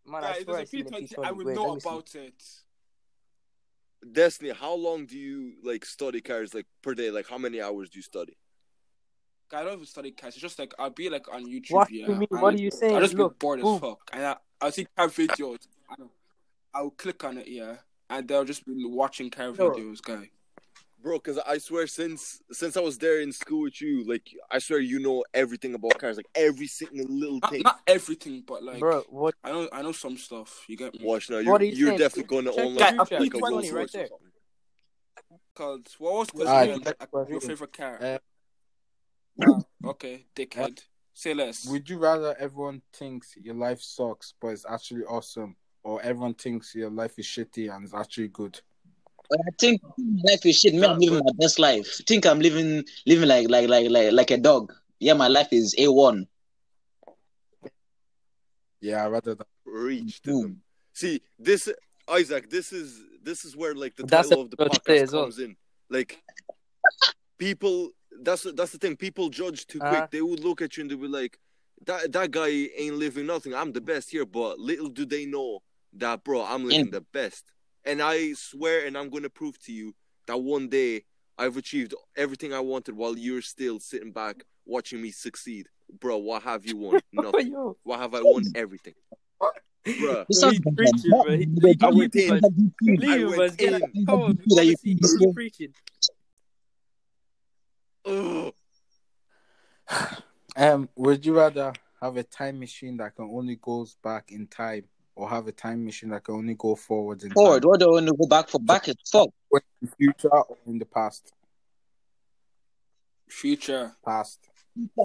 Speaker 1: Man,
Speaker 3: Guy,
Speaker 1: Ah, I
Speaker 3: if
Speaker 1: swear. I've
Speaker 3: there's a
Speaker 1: seen a
Speaker 3: P20.
Speaker 1: P20.
Speaker 3: I would
Speaker 1: Wait,
Speaker 3: know
Speaker 1: let me see.
Speaker 3: about it.
Speaker 2: Destiny, how long do you like study cars like per day? Like how many hours do you study?
Speaker 3: Guy, I don't even study cars. It's just like I'll be like on YouTube.
Speaker 1: What
Speaker 3: yeah,
Speaker 1: do you mean?
Speaker 3: and
Speaker 1: What are you saying?
Speaker 3: I'll just be
Speaker 1: Look,
Speaker 3: bored
Speaker 1: boom.
Speaker 3: as fuck. And I, I'll see car videos. I don't, I'll click on it, yeah. And they'll just be watching car
Speaker 1: Sure.
Speaker 3: videos, guy.
Speaker 2: Bro, cause I swear since since I was there in school with you, like I swear you know everything about cars, like every single little
Speaker 3: Not,
Speaker 2: thing.
Speaker 3: not everything, but like
Speaker 1: bro, what?
Speaker 3: I know I know some stuff. You get me?
Speaker 2: Watch now, you're,
Speaker 1: What are you
Speaker 2: you are
Speaker 1: saying?
Speaker 2: definitely going to
Speaker 1: Check
Speaker 2: own
Speaker 1: the
Speaker 2: like,
Speaker 3: Guy,
Speaker 1: group
Speaker 3: a
Speaker 1: chat,
Speaker 2: like a
Speaker 3: P20
Speaker 1: P20 right
Speaker 2: Rolls Royce or
Speaker 1: there.
Speaker 2: something.
Speaker 3: Called what was the
Speaker 2: Ah,
Speaker 4: Alright,
Speaker 3: question?
Speaker 4: next question.
Speaker 3: Your favorite car?
Speaker 2: Um,
Speaker 4: Uh,
Speaker 3: Ah, okay, dickhead. Say less.
Speaker 4: Would you rather everyone thinks your life sucks but it's actually awesome, or everyone thinks your life is shitty and it's actually good?
Speaker 5: But I think my life is shit. Man, I'm living my best life. think I'm living living like like like like like a dog. Yeah, my life is a one.
Speaker 4: Yeah, I rather that.
Speaker 2: Reach to
Speaker 5: Boom.
Speaker 2: them. See this, Isaac. This is this is where like the
Speaker 1: That's
Speaker 2: title of
Speaker 1: what
Speaker 2: the
Speaker 1: I was gonna say
Speaker 2: podcast
Speaker 1: as well.
Speaker 2: comes in. Like people, that's that's the thing. People judge too quick.
Speaker 1: Uh-huh.
Speaker 2: They would look at you and they be like, "That that guy ain't living nothing. I'm the best here." But little do they know that, bro, I'm living the best. And I swear, and I'm gonna prove to you that one day I've achieved everything I wanted while you're still sitting back watching me succeed, bro. What have you won?
Speaker 1: [laughs]
Speaker 2: Nothing.
Speaker 1: Yo,
Speaker 2: What have I won? Everything, bro.
Speaker 5: [sighs] This
Speaker 1: He
Speaker 5: sounds like
Speaker 1: preaching,
Speaker 5: that.
Speaker 1: bro. He-
Speaker 5: They
Speaker 2: I
Speaker 5: tell you
Speaker 2: went in.
Speaker 5: that you keep.
Speaker 2: I
Speaker 1: leave
Speaker 2: went
Speaker 1: us. Get out.
Speaker 2: in.
Speaker 1: Come on, we
Speaker 5: That
Speaker 1: want
Speaker 5: you
Speaker 1: to see
Speaker 5: keep
Speaker 1: you [laughs]
Speaker 5: so-
Speaker 1: preaching.
Speaker 2: Ugh.
Speaker 4: Um, would you rather have a time machine that can only goes back in time, or have a time machine that can only go forwards in
Speaker 5: Forward,
Speaker 4: time,
Speaker 5: what do I want to go back for? Back is fuck.
Speaker 4: Whether in the future or in the past?
Speaker 3: Future.
Speaker 4: Past,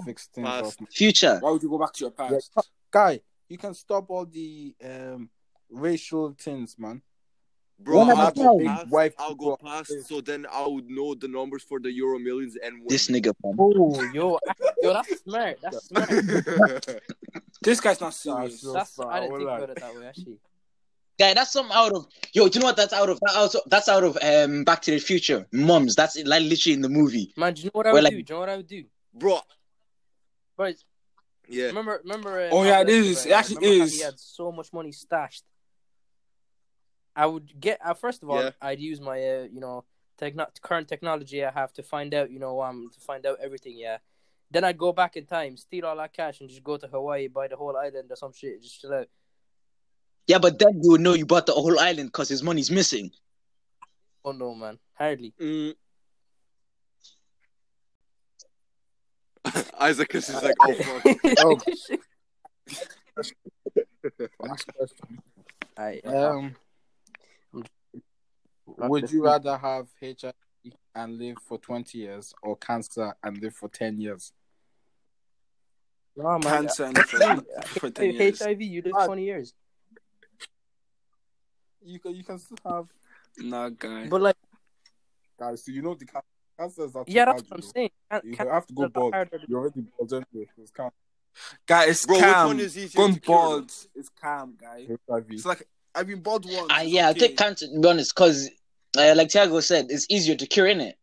Speaker 4: fix things
Speaker 2: Past.
Speaker 4: up.
Speaker 5: Future.
Speaker 3: Why would you go back to your past?
Speaker 4: Yeah. Guy, you can stop all the um racial things, [laughs] man.
Speaker 2: Bro,
Speaker 5: When
Speaker 2: I'll
Speaker 5: about
Speaker 2: go
Speaker 5: now?
Speaker 2: past.
Speaker 4: Wife
Speaker 2: I'll go
Speaker 4: people
Speaker 2: past. So then I would know the numbers for the Euro Millions and win.
Speaker 5: This nigga, man.
Speaker 1: Oh, yo, I- yo, that's smart. That's smart.
Speaker 3: This guy's not serious.
Speaker 4: so-
Speaker 1: That's
Speaker 4: smart,
Speaker 1: I
Speaker 4: I
Speaker 1: didn't
Speaker 4: won't
Speaker 1: think
Speaker 4: lie.
Speaker 1: about it that way actually.
Speaker 5: Guy, that's something out of yo. Do you know what? That's out of that out. That's out of um Back to the Future. Mums. That's it, like literally in the movie.
Speaker 1: Man, do you know what I would
Speaker 5: Well, like-
Speaker 1: do? Do you know what I would do?
Speaker 2: [laughs] Bro,
Speaker 1: Bro, it's-
Speaker 2: yeah. [laughs]
Speaker 1: remember, remember. Uh,
Speaker 3: Oh, yeah, it
Speaker 1: Pablo
Speaker 3: is.
Speaker 1: Escobar,
Speaker 3: It
Speaker 1: man?
Speaker 3: actually
Speaker 1: Remember how
Speaker 3: is.
Speaker 1: He had so much money stashed. I would get. Uh, first of all,
Speaker 2: Yeah.
Speaker 1: I'd use my, uh, you know, techno- current technology I have to find out, you know, um, to find out everything. Yeah. Then I'd go back in time, steal all that cash, and just go to Hawaii, buy the whole island or some shit, just chill out.
Speaker 5: Yeah, but then you would know you bought the whole island because his money's missing.
Speaker 1: Oh no, man, hardly.
Speaker 2: Mm. Isaac is just like, oh fuck.
Speaker 4: [laughs]
Speaker 1: [laughs]
Speaker 4: Oh.
Speaker 1: Shit.
Speaker 4: Next question.
Speaker 1: Aye, uh,
Speaker 4: Um, would you rather have HIV and live for 20 years or cancer and live for 10 years?
Speaker 1: no, man,
Speaker 3: Cancer
Speaker 1: [laughs]
Speaker 3: and for,
Speaker 2: [laughs]
Speaker 4: [laughs]
Speaker 3: [laughs] for 10 years.
Speaker 1: HIV, you live
Speaker 4: Ah.
Speaker 1: 20 years.
Speaker 4: You can, you can still have
Speaker 3: Nah, guy.
Speaker 1: But, like,
Speaker 4: guys. So you know the can- cancer is actually
Speaker 1: yeah, that's
Speaker 4: hard,
Speaker 1: what I'm
Speaker 4: you know.
Speaker 1: saying. Can-
Speaker 4: You
Speaker 1: can-
Speaker 4: have to go
Speaker 1: that's
Speaker 4: bald.
Speaker 1: harder to-
Speaker 4: You're already bald anyway. so It's cancer.
Speaker 3: Guy, it's
Speaker 2: Bro, which
Speaker 3: calm.
Speaker 2: one is easier
Speaker 3: Going
Speaker 2: to cure,
Speaker 3: bald. It's calm, guy.
Speaker 4: HIV.
Speaker 3: It's like I've been bald once.
Speaker 5: Ah,
Speaker 3: it's
Speaker 5: yeah, I
Speaker 3: okay.
Speaker 5: take cancer to be honest, because uh, like Tiago said, it's easier to cure in it.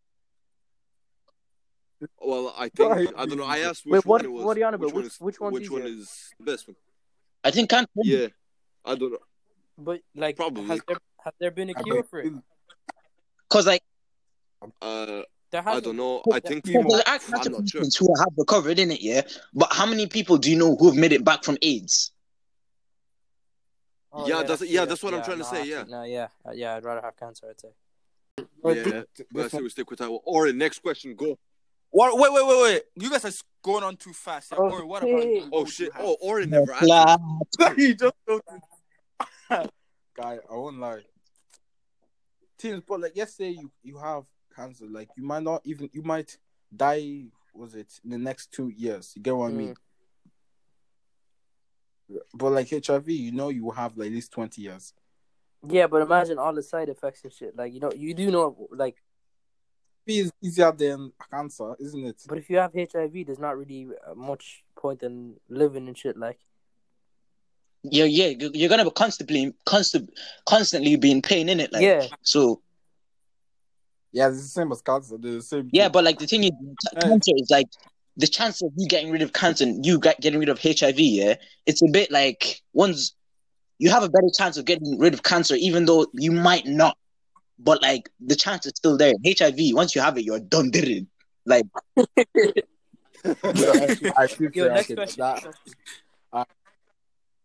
Speaker 2: Well, I think I don't know. I asked which
Speaker 1: Wait, what,
Speaker 2: one it was.
Speaker 1: what are you on about? Which,
Speaker 2: which one is
Speaker 1: which one's
Speaker 2: which one
Speaker 1: easier?
Speaker 2: is the best one?
Speaker 5: I think cancer.
Speaker 2: Yeah, I don't know.
Speaker 1: But, like,
Speaker 2: Probably.
Speaker 1: has there, has there been a
Speaker 4: I
Speaker 1: cure
Speaker 4: bet-
Speaker 1: for it?
Speaker 5: Because like
Speaker 2: Uh,
Speaker 1: There
Speaker 2: I
Speaker 1: hasn't.
Speaker 2: don't know. I think
Speaker 5: because there's
Speaker 2: I'm
Speaker 5: actually lots of
Speaker 2: not sure.
Speaker 5: patients who have recovered in it, yeah. But how many people do you know who have made it back from AIDS?
Speaker 1: Oh,
Speaker 2: Yeah, that's-
Speaker 1: true,
Speaker 2: yeah, that's what I'm trying to
Speaker 1: no,
Speaker 2: say,
Speaker 1: actually,
Speaker 2: yeah.
Speaker 1: no, yeah, Uh, yeah. I'd rather have cancer. I'd say.
Speaker 4: Oh,
Speaker 2: Yeah,
Speaker 4: th-
Speaker 2: but I
Speaker 4: this
Speaker 2: say
Speaker 4: one-
Speaker 2: we stick with that one. All right, next question. Go. Oh,
Speaker 3: What? Wait, wait, wait, wait. You guys are going on too fast. Yeah.
Speaker 1: Oh,
Speaker 3: Ori, what about?
Speaker 1: hey.
Speaker 2: Oh shit! Oh, Ori never
Speaker 5: Nah,
Speaker 2: answered.
Speaker 4: he just go to- guy. I won't lie. Teams, but like yesterday, you you have cancer. Like you might not even you might die. Was it in the next two years? You get what I mean?
Speaker 1: Mm.
Speaker 4: But like HIV, you know, you have like at least twenty years.
Speaker 1: Yeah, but imagine all the side effects and shit. Like you know, you do know, like,
Speaker 4: HIV is easier than cancer, isn't it?
Speaker 1: but if you have HIV, there's not really uh, much point in living and shit. Like,
Speaker 5: yeah, yeah. You're gonna be constantly, constant, constantly being pain in it. Like,
Speaker 1: yeah,
Speaker 5: So
Speaker 4: Yeah, it's the same as cancer. They're the same.
Speaker 5: yeah,
Speaker 4: thing.
Speaker 5: but like the thing is, t-
Speaker 4: Hey.
Speaker 5: cancer is like the chance of you getting rid of cancer, and you get, getting rid of HIV. Yeah, it's a bit like one's. You have a better chance of getting rid of cancer, even though you might not. But like the chance is still there. HIV, once you have it, you're done. Did it? Like
Speaker 4: [laughs] I feel
Speaker 1: [laughs] Yo,
Speaker 4: sorry,
Speaker 1: next
Speaker 4: okay,
Speaker 1: question.
Speaker 4: that-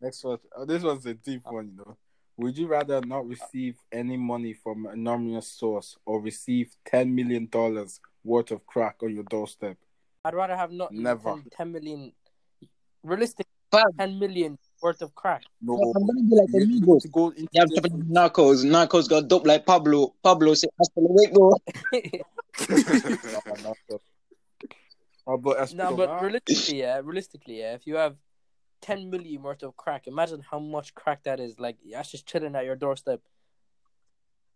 Speaker 4: Next one. Oh, this one's a deep
Speaker 1: Uh,
Speaker 4: one, you know. Would you rather not receive any money from an anonymous source or receive ten million dollars worth of crack on your doorstep?
Speaker 1: I'd rather have not
Speaker 4: Never.
Speaker 1: than ten million, realistic
Speaker 5: Fam.
Speaker 1: ten million worth of crack. [laughs]
Speaker 4: No,
Speaker 5: I'm gonna be like
Speaker 4: you
Speaker 5: a
Speaker 4: need to go into
Speaker 5: Yeah, I'm
Speaker 4: this-
Speaker 5: talking about narcos. Narcos got dope like Pablo. Pablo said, "Hasta luego."
Speaker 4: [laughs] No, no, no. Oh, but as
Speaker 1: no,
Speaker 4: for-
Speaker 1: but realistically, yeah, realistically, yeah, if you have ten million worth of crack, imagine how much crack that is. Like, that's just chilling at your doorstep.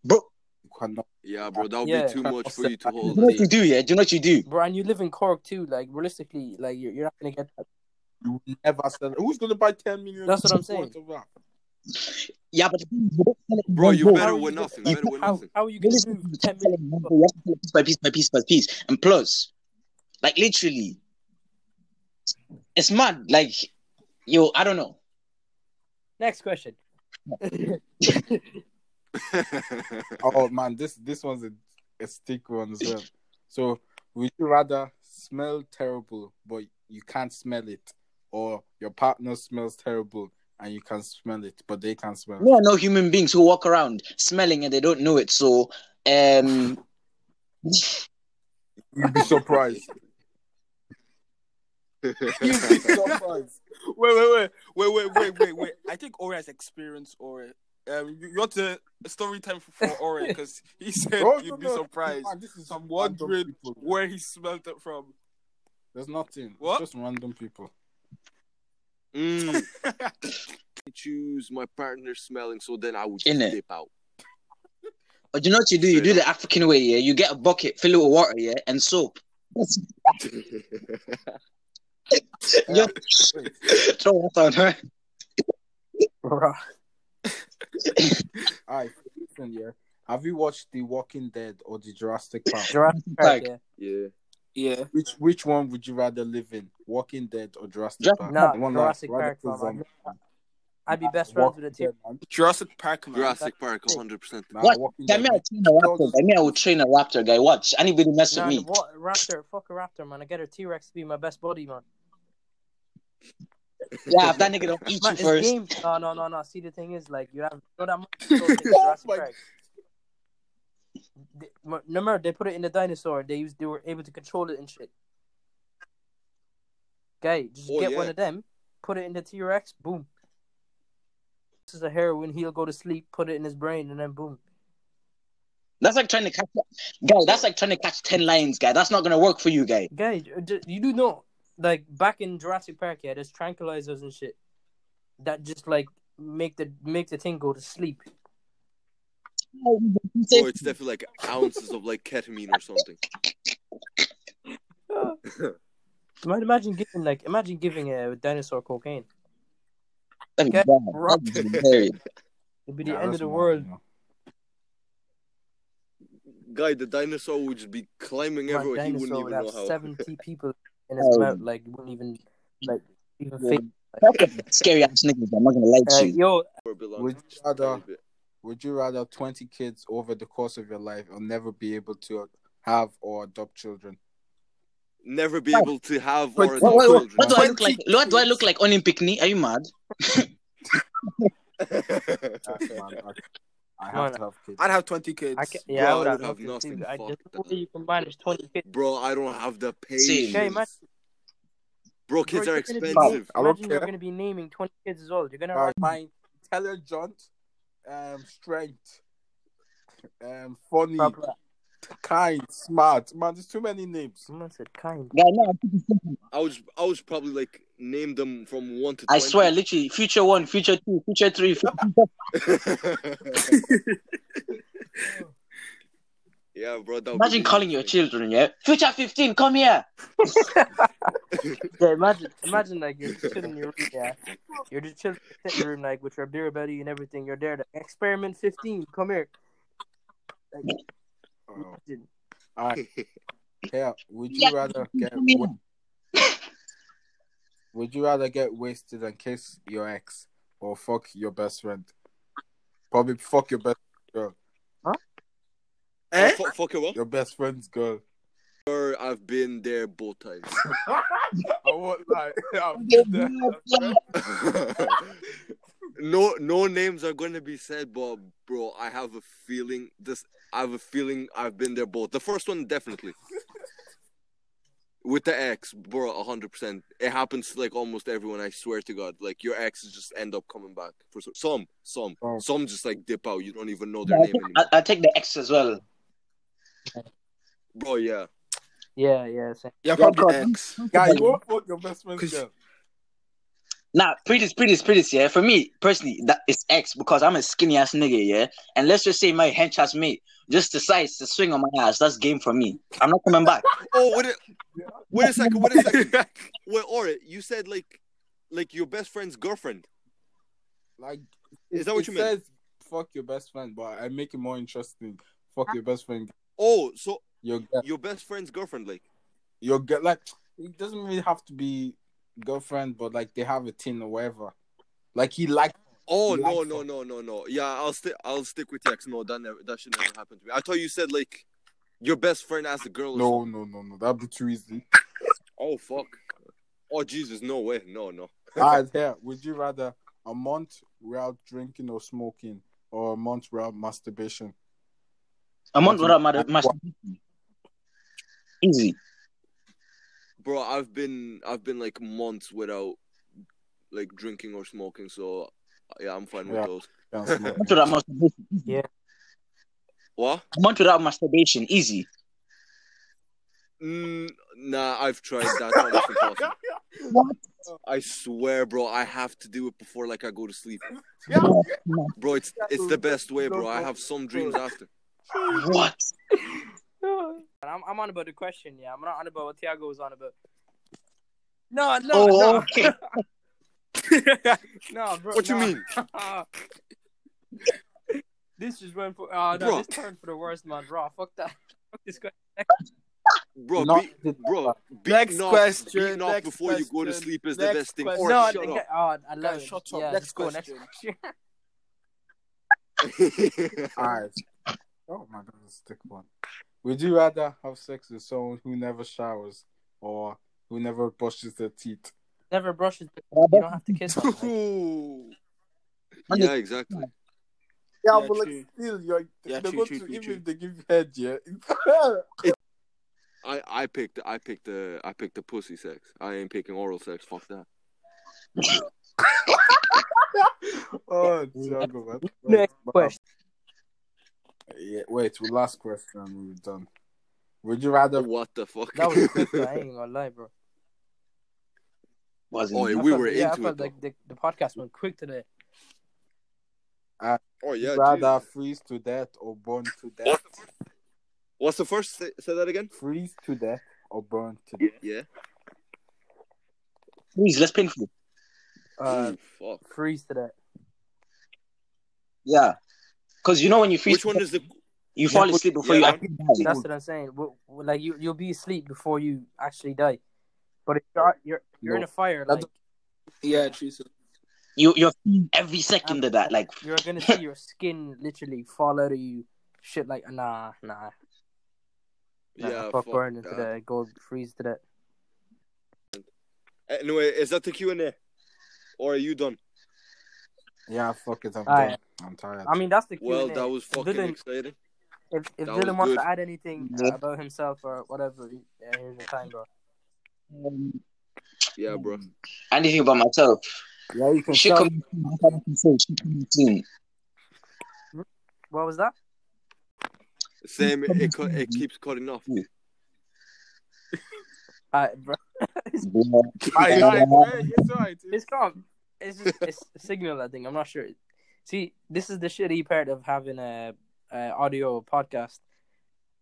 Speaker 5: Bro,
Speaker 4: you cannot.
Speaker 2: [laughs] Yeah, bro, that would
Speaker 1: Yeah.
Speaker 2: be too much for you to
Speaker 5: do you
Speaker 2: hold.
Speaker 5: know what you do? Yeah, do you know what you do?
Speaker 1: Bro, and you live in Cork too. Like, realistically, like you're, you're not gonna get that.
Speaker 4: You will never sell. Who's gonna buy ten million?
Speaker 1: That's what I'm
Speaker 4: worth
Speaker 1: saying.
Speaker 4: of that?
Speaker 5: Yeah, but the thing is, you don't sell it in
Speaker 2: Bro,
Speaker 5: one
Speaker 2: you
Speaker 5: go.
Speaker 2: better
Speaker 1: How
Speaker 2: win
Speaker 1: you
Speaker 2: nothing. You better win
Speaker 1: How,
Speaker 2: nothing.
Speaker 1: how are you gonna
Speaker 5: Realistically,
Speaker 1: move
Speaker 5: you
Speaker 1: ten
Speaker 5: can't sell it
Speaker 1: million?
Speaker 5: in one go. You have to sell it piece by piece by piece by piece. And plus, like literally, it's mad. Like, yo, I don't know.
Speaker 1: Next question.
Speaker 4: Oh man, this this one's a, a sticky one as well. So, would you rather smell terrible but you can't smell it, or your partner smells terrible and you can smell it but they can't smell
Speaker 5: We are no human beings who walk around smelling and they don't know it. So, um,
Speaker 4: it? You'd be surprised. [laughs] You'd
Speaker 2: [laughs]
Speaker 4: be [laughs] surprised.
Speaker 3: Wait, wait, wait, wait, wait, wait, wait, wait. I think Ori has experience. Ori, um, you, you want to story time for Ori because he said
Speaker 4: Oh, no,
Speaker 3: you'd be
Speaker 4: no.
Speaker 3: surprised.
Speaker 4: Man, this is
Speaker 3: I'm
Speaker 4: random
Speaker 3: wondering
Speaker 4: people.
Speaker 3: where he smelled it from.
Speaker 4: There's nothing.
Speaker 3: What?
Speaker 4: It's just random people.
Speaker 2: Mm. Choose my partner smelling, so then I would just
Speaker 5: Innit?
Speaker 2: dip
Speaker 1: [laughs]
Speaker 2: out.
Speaker 5: but you know what you do? You
Speaker 2: Straight
Speaker 5: do
Speaker 2: up.
Speaker 5: the African way. Yeah, you get a bucket, fill it with water, yeah, and soap. [laughs]
Speaker 4: Yeah.
Speaker 5: Just
Speaker 4: Wait.
Speaker 5: [laughs] throw water on her.
Speaker 1: Bro,
Speaker 4: All right. Listen, yeah. Have you watched The Walking Dead or The Jurassic Park?
Speaker 1: Jurassic Park.
Speaker 5: Like-
Speaker 1: Yeah.
Speaker 2: yeah.
Speaker 3: Yeah.
Speaker 4: Which which one would you rather live in? Walking Dead or Jurassic
Speaker 5: Jurassic
Speaker 4: Park?
Speaker 1: No,
Speaker 4: The uh, one that
Speaker 1: Jurassic
Speaker 4: rather
Speaker 1: Park.
Speaker 4: kills
Speaker 1: fam.
Speaker 4: zombies.
Speaker 1: I'd- I'd be best friends
Speaker 4: Walking
Speaker 1: with a team.
Speaker 4: Dead, man.
Speaker 3: Jurassic Park, man.
Speaker 2: Jurassic Park, 100%.
Speaker 4: Nah,
Speaker 5: What?
Speaker 4: Walking
Speaker 5: That
Speaker 4: Dead.
Speaker 5: me,
Speaker 4: man.
Speaker 5: I'll train a raptor. That me, I will train a raptor, guy. Watch. Anybody mess with
Speaker 1: Nah,
Speaker 5: me.
Speaker 1: what raptor? Fuck a raptor, man. I get a T Rex to be my best buddy, man.
Speaker 5: Yeah, if that nigga don't eat
Speaker 1: Man,
Speaker 5: you
Speaker 1: it's
Speaker 5: first.
Speaker 1: game. No, no, no, no. See, the thing is, like, you have you know that much control in Jurassic
Speaker 4: my-
Speaker 1: Park. They- m- Remember, they put it in the dinosaur. They used, they were able to control it and shit. Okay, just
Speaker 2: Oh,
Speaker 1: get one
Speaker 2: yeah.
Speaker 1: of them, put it in the T Rex, boom. This is a heroin. He'll go to sleep, put it in his brain, and then boom.
Speaker 5: That's like trying to catch, guy. That's like trying to catch ten lions, guy. That's not gonna work for you, guy.
Speaker 1: Guy, j- you do know, like back in Jurassic Park, yeah, there's tranquilizers and shit that just like make the make the thing go to sleep. Oh,
Speaker 2: Bro, it's definitely like ounces of like ketamine or something.
Speaker 1: Man, imagine giving like imagine giving a dinosaur cocaine.
Speaker 5: That'd be
Speaker 1: Okay.
Speaker 5: bad. That'd be hilarious.
Speaker 1: It'd be the
Speaker 4: Nah,
Speaker 1: end
Speaker 4: that's
Speaker 1: of the
Speaker 4: mad,
Speaker 1: world.
Speaker 4: you know.
Speaker 2: Guy, the dinosaur would just be climbing
Speaker 1: Man,
Speaker 2: everywhere. He wouldn't
Speaker 1: dinosaur
Speaker 2: even
Speaker 1: would have
Speaker 2: know how. [laughs]
Speaker 1: seventy people in his
Speaker 5: Oh.
Speaker 1: mouth, like wouldn't even like even
Speaker 4: Yeah.
Speaker 1: fake.
Speaker 5: Fucking Scary ass niggas. I'm not gonna lie
Speaker 1: Uh,
Speaker 5: to you.
Speaker 1: yo,
Speaker 2: Where it belongs.
Speaker 4: Would you
Speaker 2: Just a
Speaker 4: rather-
Speaker 2: tiny bit.
Speaker 4: Would you rather twenty kids over the course of your life or never be able to have or adopt children?
Speaker 2: Never be
Speaker 5: Why?
Speaker 2: able to have
Speaker 3: But-
Speaker 2: or
Speaker 5: What, what, what,
Speaker 2: adopt
Speaker 5: what do I look like?
Speaker 3: 20
Speaker 5: What do I look like on in picnic? Are you mad?
Speaker 2: children.
Speaker 4: That's mad. I
Speaker 1: No,
Speaker 4: have
Speaker 1: no.
Speaker 4: to have kids.
Speaker 3: I'd have 20 kids.
Speaker 1: I
Speaker 3: [laughs]
Speaker 1: can, yeah,
Speaker 2: Bro,
Speaker 1: I would have,
Speaker 2: nothing.
Speaker 1: nothing. I
Speaker 2: Fuck
Speaker 1: just
Speaker 2: that.
Speaker 1: you can manage twenty kids.
Speaker 2: [laughs] Bro, I don't have the
Speaker 5: Same.
Speaker 1: Okay,
Speaker 2: patience.
Speaker 1: man.
Speaker 2: Bro, kids
Speaker 1: Bro,
Speaker 2: are
Speaker 1: you're gonna be-
Speaker 2: expensive.
Speaker 4: I don't
Speaker 1: Imagine you're
Speaker 4: care. Oh,
Speaker 1: going to be naming twenty kids as well. You're going to
Speaker 4: Like my intelligent, um, strength, um, funny, kind, smart. Man, there's too many names.
Speaker 1: Someone said
Speaker 5: [laughs]
Speaker 1: kind.
Speaker 5: Yeah, no,
Speaker 2: I was I was probably like name them from one to. 20.
Speaker 5: I swear, literally, future one, future two, future three. fu-
Speaker 2: [laughs]
Speaker 1: [laughs]
Speaker 2: yeah, bro. That would
Speaker 5: Imagine
Speaker 2: be
Speaker 5: calling your
Speaker 2: interesting.
Speaker 5: children, yeah? Future 15, come here.
Speaker 1: Yeah, imagine, [laughs] imagine like you're just chilling in your room. Yeah, you're just chilling in your room, like with your beer belly and everything. You're there. Like, Experiment fifteen, come here.
Speaker 4: Oh.
Speaker 1: Imagine.
Speaker 4: All right. [laughs] Yeah. Would you
Speaker 5: Yeah,
Speaker 4: rather get
Speaker 5: come here.
Speaker 4: wa- [laughs] Would you rather get wasted and kiss your ex or fuck your best friend? Probably fuck your best girl.
Speaker 2: Oh,
Speaker 5: Eh?
Speaker 2: fu- fuck it, well.
Speaker 4: Your best friend's girl.
Speaker 2: Sure, I've been there both times.
Speaker 4: I won't lie. I'm
Speaker 5: Yeah,
Speaker 4: there.
Speaker 5: yeah.
Speaker 2: [laughs] no, no names are gonna be said, but bro, I have a feeling. This, I have a feeling. I've been there both. The first one definitely. With the ex, bro, hundred percent. It happens to like almost everyone. I swear to God, like your exes just end up coming back for some, some, some,
Speaker 4: Oh.
Speaker 2: some just like dip out. You don't even know their
Speaker 5: I
Speaker 2: name
Speaker 5: think-
Speaker 2: anymore,
Speaker 5: I- I'll take the X as well.
Speaker 2: bro. Yeah,
Speaker 1: Yeah, yeah. Same.
Speaker 3: yeah,
Speaker 5: God.
Speaker 3: probably X.
Speaker 4: Guy, you won't fuck your best friend's
Speaker 3: 'Cause-
Speaker 4: girl.
Speaker 5: Nah, prettiest, prettiest, prettiest, yeah. For me, personally, that is X because I'm a skinny ass nigga, yeah. And let's just say my hench ass mate just decides to swing on my ass. That's game for me. I'm not coming back.
Speaker 2: Oh, wait a, wait a second, wait a
Speaker 5: [laughs]
Speaker 2: second. Wait, Ori, you said like, like your best friend's girlfriend.
Speaker 4: Like,
Speaker 2: Is
Speaker 4: it-
Speaker 2: that what
Speaker 4: it
Speaker 2: you meant?
Speaker 4: Says, fuck your best friend, but I make it more interesting. Fuck your best friend.
Speaker 2: Oh, so
Speaker 4: Your girl.
Speaker 2: your best friend's girlfriend, like,
Speaker 4: Your girl. Like, it doesn't really have to be girlfriend, but like they have a thing or whatever. Like he like.
Speaker 2: oh
Speaker 4: You
Speaker 2: no,
Speaker 4: like
Speaker 2: no,
Speaker 4: her.
Speaker 2: no, no, no. Yeah, I'll stick. I'll stick with X. No, that never, that should never happen to me. I thought you said like your best friend as a girl. Or
Speaker 4: No, no, no, no. That'd be too easy.
Speaker 2: Something. Oh fuck. Oh Jesus, no way, no, no.
Speaker 4: Alright, here. Would you rather a month without drinking or smoking, or a month without masturbation?
Speaker 5: A month
Speaker 4: Okay.
Speaker 5: without my masturbation. Easy.
Speaker 2: Bro, I've been, I've been like months without like drinking or smoking. So yeah, I'm fine with
Speaker 4: Yeah.
Speaker 2: those.
Speaker 3: [laughs]
Speaker 4: Can't smoke.
Speaker 5: A month without masturbation. easy.
Speaker 2: What?
Speaker 5: A month without masturbation. Easy.
Speaker 2: Mm, nah, I've tried that. That's impossible.
Speaker 5: What?
Speaker 2: I swear, bro, I have to do it before like I go to sleep. Bro, it's it's the best way, bro. I have some dreams after.
Speaker 5: What?
Speaker 1: And [laughs] I'm, I'm on about the question. Yeah, I'm not on about what Tiago was on about. No, no,
Speaker 5: Oh,
Speaker 1: no, [laughs]
Speaker 5: okay.
Speaker 1: no, bro.
Speaker 2: oh. What you
Speaker 1: no.
Speaker 2: mean?
Speaker 1: [laughs] this is went for. Oh no,
Speaker 2: Bro.
Speaker 1: this turned for the worst, man. Raw, fuck that. Fuck this question.
Speaker 2: Bro,
Speaker 4: Not-
Speaker 2: be, bro, beating
Speaker 3: Next
Speaker 2: off,
Speaker 3: question,
Speaker 2: beating off
Speaker 3: next
Speaker 2: before you go to
Speaker 3: question,
Speaker 2: sleep is the
Speaker 3: next
Speaker 2: best thing.
Speaker 3: question.
Speaker 2: Or
Speaker 1: No,
Speaker 2: shut
Speaker 1: nigga-
Speaker 2: up.
Speaker 1: oh, I love
Speaker 3: Guys,
Speaker 1: it.
Speaker 3: shut up.
Speaker 1: Yeah,
Speaker 3: Next
Speaker 1: let's go,
Speaker 3: question.
Speaker 1: Next question. [laughs]
Speaker 4: Alright. Oh my god, that's a thick one. Would you rather have sex with someone who never showers or who never brushes their teeth?
Speaker 1: Never brushes. You don't have to kiss.
Speaker 2: [laughs]
Speaker 3: [laughs]
Speaker 1: them, like.
Speaker 3: Ooh.
Speaker 2: yeah, exactly.
Speaker 3: Yeah, but, like, true.
Speaker 4: still, you're,
Speaker 3: Yeah, they're true, going true, to- true, even true. if
Speaker 4: they give head, yeah. [laughs]
Speaker 2: I, I picked I picked the I picked the pussy sex. I ain't picking oral sex. Fuck that.
Speaker 4: oh, Tiago, man.
Speaker 1: Next
Speaker 4: Wow.
Speaker 1: question.
Speaker 4: Yeah, wait, well, last question, we're done. Would you rather
Speaker 2: What the fuck?
Speaker 1: That was quick. though, I ain't gonna lie, bro.
Speaker 5: Wasn't.
Speaker 2: oh, yeah,
Speaker 1: I
Speaker 2: we
Speaker 1: felt-
Speaker 2: were
Speaker 1: yeah, I
Speaker 2: into
Speaker 1: felt
Speaker 2: it. though.
Speaker 1: Like the, the podcast went quick today.
Speaker 2: [laughs] oh yeah.
Speaker 4: rather
Speaker 2: Jesus.
Speaker 4: freeze to death or burn to death?
Speaker 2: What's the first? Say, say that again.
Speaker 4: freeze to death or burn to death?
Speaker 2: Yeah.
Speaker 5: Please, less painful.
Speaker 1: Uh,
Speaker 2: Ooh, fuck.
Speaker 1: freeze today.
Speaker 5: Yeah. Because you know when you freeze,
Speaker 2: Which one is the?
Speaker 5: you fall
Speaker 4: Yeah,
Speaker 5: asleep before
Speaker 2: yeah,
Speaker 5: you actually die.
Speaker 1: That's what I'm saying. W- w- Like you, you'll be asleep before you actually die. But if you're you're, you're in
Speaker 4: No.
Speaker 1: a fire,
Speaker 4: That's-
Speaker 1: like
Speaker 3: Yeah, true. So.
Speaker 5: You, you're feeling every second of that. Like, [laughs]
Speaker 1: you're gonna see your skin literally fall out of you. Shit, like nah, nah. nah
Speaker 2: Yeah.
Speaker 1: fuck,
Speaker 2: Fuck.
Speaker 1: burning to
Speaker 2: that.
Speaker 1: the go freeze to the.
Speaker 2: Anyway, is that the Q and A, or are you done?
Speaker 4: Yeah, fuck it. I'm
Speaker 1: Alright.
Speaker 4: done. I'm tired.
Speaker 1: I mean, that's the Q&A.
Speaker 2: Well, that was fucking
Speaker 1: Dylan-
Speaker 2: exciting.
Speaker 1: if if
Speaker 2: that
Speaker 1: Dylan
Speaker 2: was
Speaker 1: wants
Speaker 2: good.
Speaker 1: to add anything
Speaker 5: Yeah.
Speaker 1: about himself or whatever, yeah, here's the time, bro.
Speaker 2: Yeah, bro.
Speaker 5: Anything about myself?
Speaker 1: Yeah, you can.
Speaker 5: Shit coming. Shit coming soon.
Speaker 1: What was that?
Speaker 2: Same. It, cut it keeps cutting off.
Speaker 5: Uh,
Speaker 1: Alright, bro.
Speaker 4: Aye, aye, aye, it's alright.
Speaker 1: It's calm. It's just it's a signal. I think I'm not sure. See, this is the shitty part of having a, a audio podcast.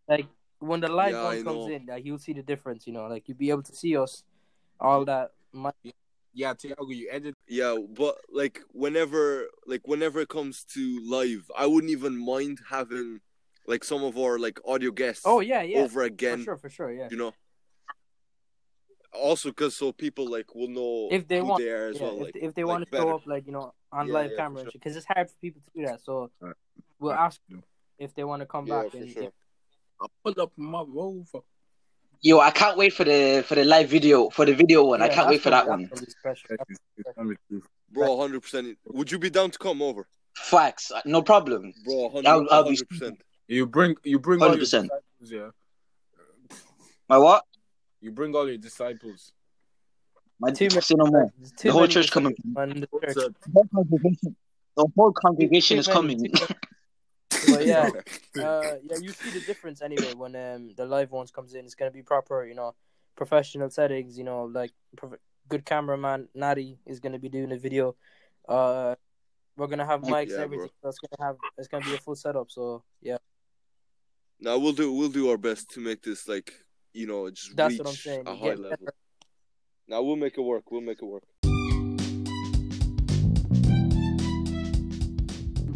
Speaker 1: Like when the live
Speaker 2: Yeah, I
Speaker 1: one
Speaker 2: know.
Speaker 1: comes in, like you'll see the difference. You know, like you'll be able to see us. All that. My,
Speaker 4: Yeah, Tiago, you edit.
Speaker 2: Yeah, but like whenever, like whenever it comes to live, I wouldn't even mind having like some of our like audio guests
Speaker 1: oh yeah, yeah.
Speaker 2: over
Speaker 1: For
Speaker 2: again.
Speaker 1: sure, for sure, yeah.
Speaker 2: You know. Also, because so people like will know
Speaker 1: If they
Speaker 2: who
Speaker 1: want-
Speaker 2: they are as
Speaker 1: yeah,
Speaker 2: well.
Speaker 1: if,
Speaker 2: like,
Speaker 1: if they
Speaker 2: like
Speaker 1: want to
Speaker 2: better.
Speaker 1: show up, like you know, on
Speaker 2: Yeah,
Speaker 1: live
Speaker 2: yeah, for
Speaker 1: camera and
Speaker 2: sure.
Speaker 1: shit, because it's hard for people to do that. So
Speaker 4: Right.
Speaker 1: we'll
Speaker 4: Right.
Speaker 1: ask
Speaker 4: Yeah.
Speaker 1: if they want to come
Speaker 2: Yeah,
Speaker 1: back.
Speaker 2: for
Speaker 1: And
Speaker 2: sure.
Speaker 1: if,
Speaker 4: I'll pull up my rover.
Speaker 5: Yo, I can't wait for the for the live video for the video one. I
Speaker 1: yeah,
Speaker 5: can't wait
Speaker 1: that's gonna-
Speaker 5: for that one.
Speaker 1: that's gonna be special.
Speaker 4: It's- it's gonna be cool.
Speaker 2: bro. Hundred percent. Would you be down to come over,
Speaker 5: Facts, Uh, no problem.
Speaker 2: bro?
Speaker 5: I'll- I'll be-
Speaker 2: Hundred percent.
Speaker 4: You bring you bring all your
Speaker 5: 100%.
Speaker 4: disciples, yeah.
Speaker 5: My what?
Speaker 4: You bring all your disciples.
Speaker 5: My
Speaker 1: Too many-
Speaker 5: say no more.
Speaker 1: There's too
Speaker 5: The whole
Speaker 1: many
Speaker 5: church coming.
Speaker 1: on the church.
Speaker 4: So,
Speaker 5: The whole congregation, the whole congregation
Speaker 1: Too
Speaker 5: is
Speaker 1: many,
Speaker 5: coming. [laughs]
Speaker 1: too many. But
Speaker 2: [laughs]
Speaker 1: yeah, uh, yeah, you see the difference anyway when um the live ones comes in. It's gonna be proper, you know, professional settings. You know, like prof- good cameraman Natty is gonna be doing the video. Uh, we're gonna have mics and
Speaker 2: Yeah,
Speaker 1: everything. So it's gonna have it's gonna be a full setup. So yeah,
Speaker 2: Now we'll do we'll do our best to make this like you know just
Speaker 1: That's
Speaker 2: reach
Speaker 1: what I'm saying,
Speaker 2: a
Speaker 1: you
Speaker 2: high
Speaker 1: get
Speaker 2: level. Now we'll make it work. We'll make it work.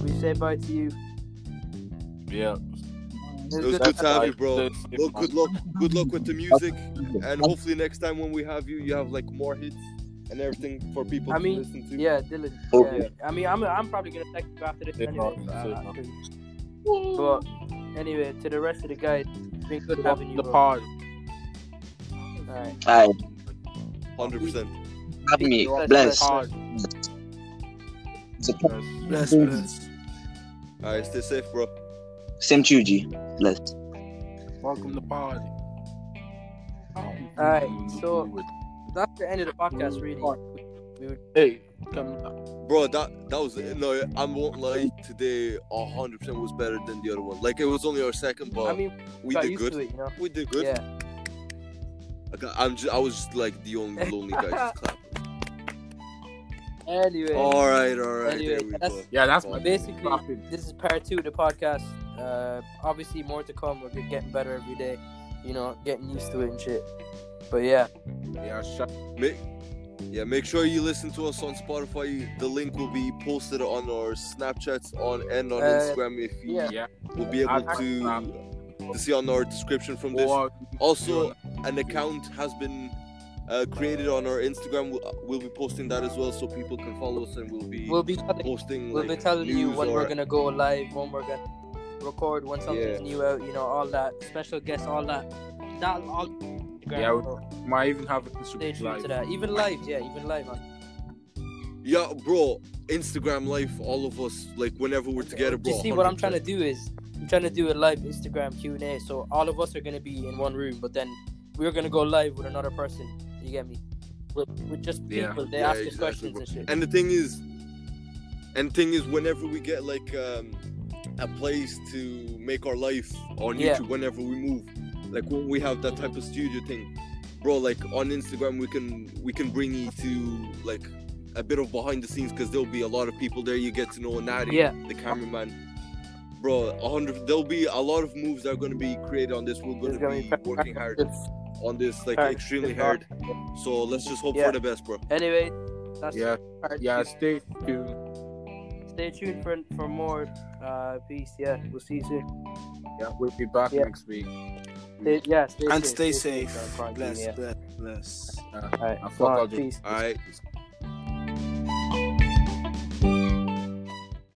Speaker 1: we say bye to you.
Speaker 4: yeah.
Speaker 2: It was good to have you, bro.
Speaker 4: This-
Speaker 2: Well, good luck. Good luck
Speaker 1: [laughs]
Speaker 2: with the music, and hopefully next time when we have you, you have like more hits and everything for people
Speaker 1: I
Speaker 2: to
Speaker 1: mean,
Speaker 2: listen to.
Speaker 1: Yeah, Dylan.
Speaker 5: Okay.
Speaker 1: Yeah. I mean, I'm I'm probably gonna text you after this
Speaker 4: Yeah,
Speaker 1: anyway.
Speaker 4: no,
Speaker 1: uh,
Speaker 4: no,
Speaker 1: but anyway, to the rest of the guys, it's been good having you.
Speaker 4: the
Speaker 1: bro.
Speaker 4: pod.
Speaker 1: All right.
Speaker 5: Aye,
Speaker 2: hundred percent.
Speaker 5: have me.
Speaker 1: Bless, bless.
Speaker 5: Bless.
Speaker 4: Pod.
Speaker 5: It's a-
Speaker 4: Bless,
Speaker 5: bless.
Speaker 2: All right, stay safe, bro.
Speaker 5: Same to you, G. Bless.
Speaker 4: Welcome to pod.
Speaker 1: Alright, so- That's the end of the podcast, really.
Speaker 2: Oh,
Speaker 4: hey, come.
Speaker 2: Bro, that that was no. I won't lie. Today, hundred percent was better than the other one. Like it was only our second, but
Speaker 1: I mean, we
Speaker 2: we
Speaker 1: got
Speaker 2: did
Speaker 1: used to
Speaker 2: good.
Speaker 1: it, you know.
Speaker 2: We did good.
Speaker 1: Yeah.
Speaker 2: Okay, I'm just, I was just like the
Speaker 1: [laughs]
Speaker 2: only lonely guy just clapping.
Speaker 1: Anyway,
Speaker 2: All right, all right.
Speaker 1: Anyway,
Speaker 2: there we go.
Speaker 1: that's-
Speaker 4: Yeah, that's my
Speaker 1: Basically-
Speaker 4: Clapping.
Speaker 1: this is part two of the podcast. Uh, obviously, more to come. We're getting better every day, you know, getting used to it and shit. But yeah,
Speaker 4: Yeah, shut.
Speaker 2: Make, yeah, make sure you listen to us on Spotify. The link will be posted on our Snapchats on and on
Speaker 1: Uh,
Speaker 2: Instagram if you
Speaker 1: yeah.
Speaker 4: Yeah.
Speaker 2: will be able
Speaker 4: I-
Speaker 2: to, to see on our description from this.
Speaker 4: Or-
Speaker 2: Also, an account has been uh, created on our Instagram. We'll, uh, we'll be posting that as well, so people can follow us, and we'll be
Speaker 1: we'll be telling,
Speaker 2: posting.
Speaker 1: we'll be
Speaker 2: like,
Speaker 1: telling you
Speaker 2: news
Speaker 1: when
Speaker 2: or-
Speaker 1: we're gonna go live, when we're gonna record, when something's
Speaker 2: Yeah.
Speaker 1: new out, you know, all that special guests, all that. That all.
Speaker 4: Yeah, we-
Speaker 1: so
Speaker 4: might even have an
Speaker 1: stay
Speaker 4: Instagram
Speaker 1: tuned
Speaker 4: live.
Speaker 1: to that. Even live, yeah, even live. On
Speaker 2: Yeah, bro. Instagram life, all of us, like whenever we're together,
Speaker 1: Do
Speaker 2: bro.
Speaker 1: uh, you see what I'm
Speaker 2: 100%.
Speaker 1: trying to do is I'm trying to do a live Instagram Q and A. So all of us are gonna be in one room, but then we're gonna go live with another person. You get me? With, with just
Speaker 4: Yeah.
Speaker 1: people, they
Speaker 2: Yeah,
Speaker 1: ask us
Speaker 2: exactly,
Speaker 1: questions
Speaker 2: bro.
Speaker 1: and shit.
Speaker 2: And the thing is, and thing is, whenever we get like um, a place to make our life on
Speaker 1: Yeah.
Speaker 2: YouTube, whenever we move, like when we have that type of studio thing, bro. Like on Instagram, we can we can bring you to like a bit of behind the scenes because there'll be a lot of people there. You get to know Nadi,
Speaker 1: Yeah.
Speaker 2: the cameraman. Bro, a hundred. There'll be a lot of moves that are going to be created on this. We're
Speaker 1: There's
Speaker 2: going to
Speaker 1: gonna
Speaker 2: be
Speaker 1: practice-
Speaker 2: working hard on this, like
Speaker 1: practice
Speaker 2: extremely
Speaker 1: and
Speaker 2: hard. So let's just hope
Speaker 1: Yeah.
Speaker 2: for the best, bro.
Speaker 1: Anyway, that's
Speaker 4: Yeah,
Speaker 1: part
Speaker 4: yeah,
Speaker 1: two.
Speaker 4: stay tuned.
Speaker 1: Stay tuned for for more. Uh, peace. Yeah, we'll see you soon.
Speaker 4: Yeah, we'll be back
Speaker 1: Yeah.
Speaker 4: next week.
Speaker 1: Stay, yeah, stay
Speaker 3: And
Speaker 1: safe,
Speaker 3: stay safe.
Speaker 1: during quarantine,
Speaker 3: Bless,
Speaker 1: yeah.
Speaker 3: bless, bless.
Speaker 1: All right,
Speaker 4: I fuck
Speaker 1: go on,
Speaker 4: all the-
Speaker 1: peace.
Speaker 2: All right.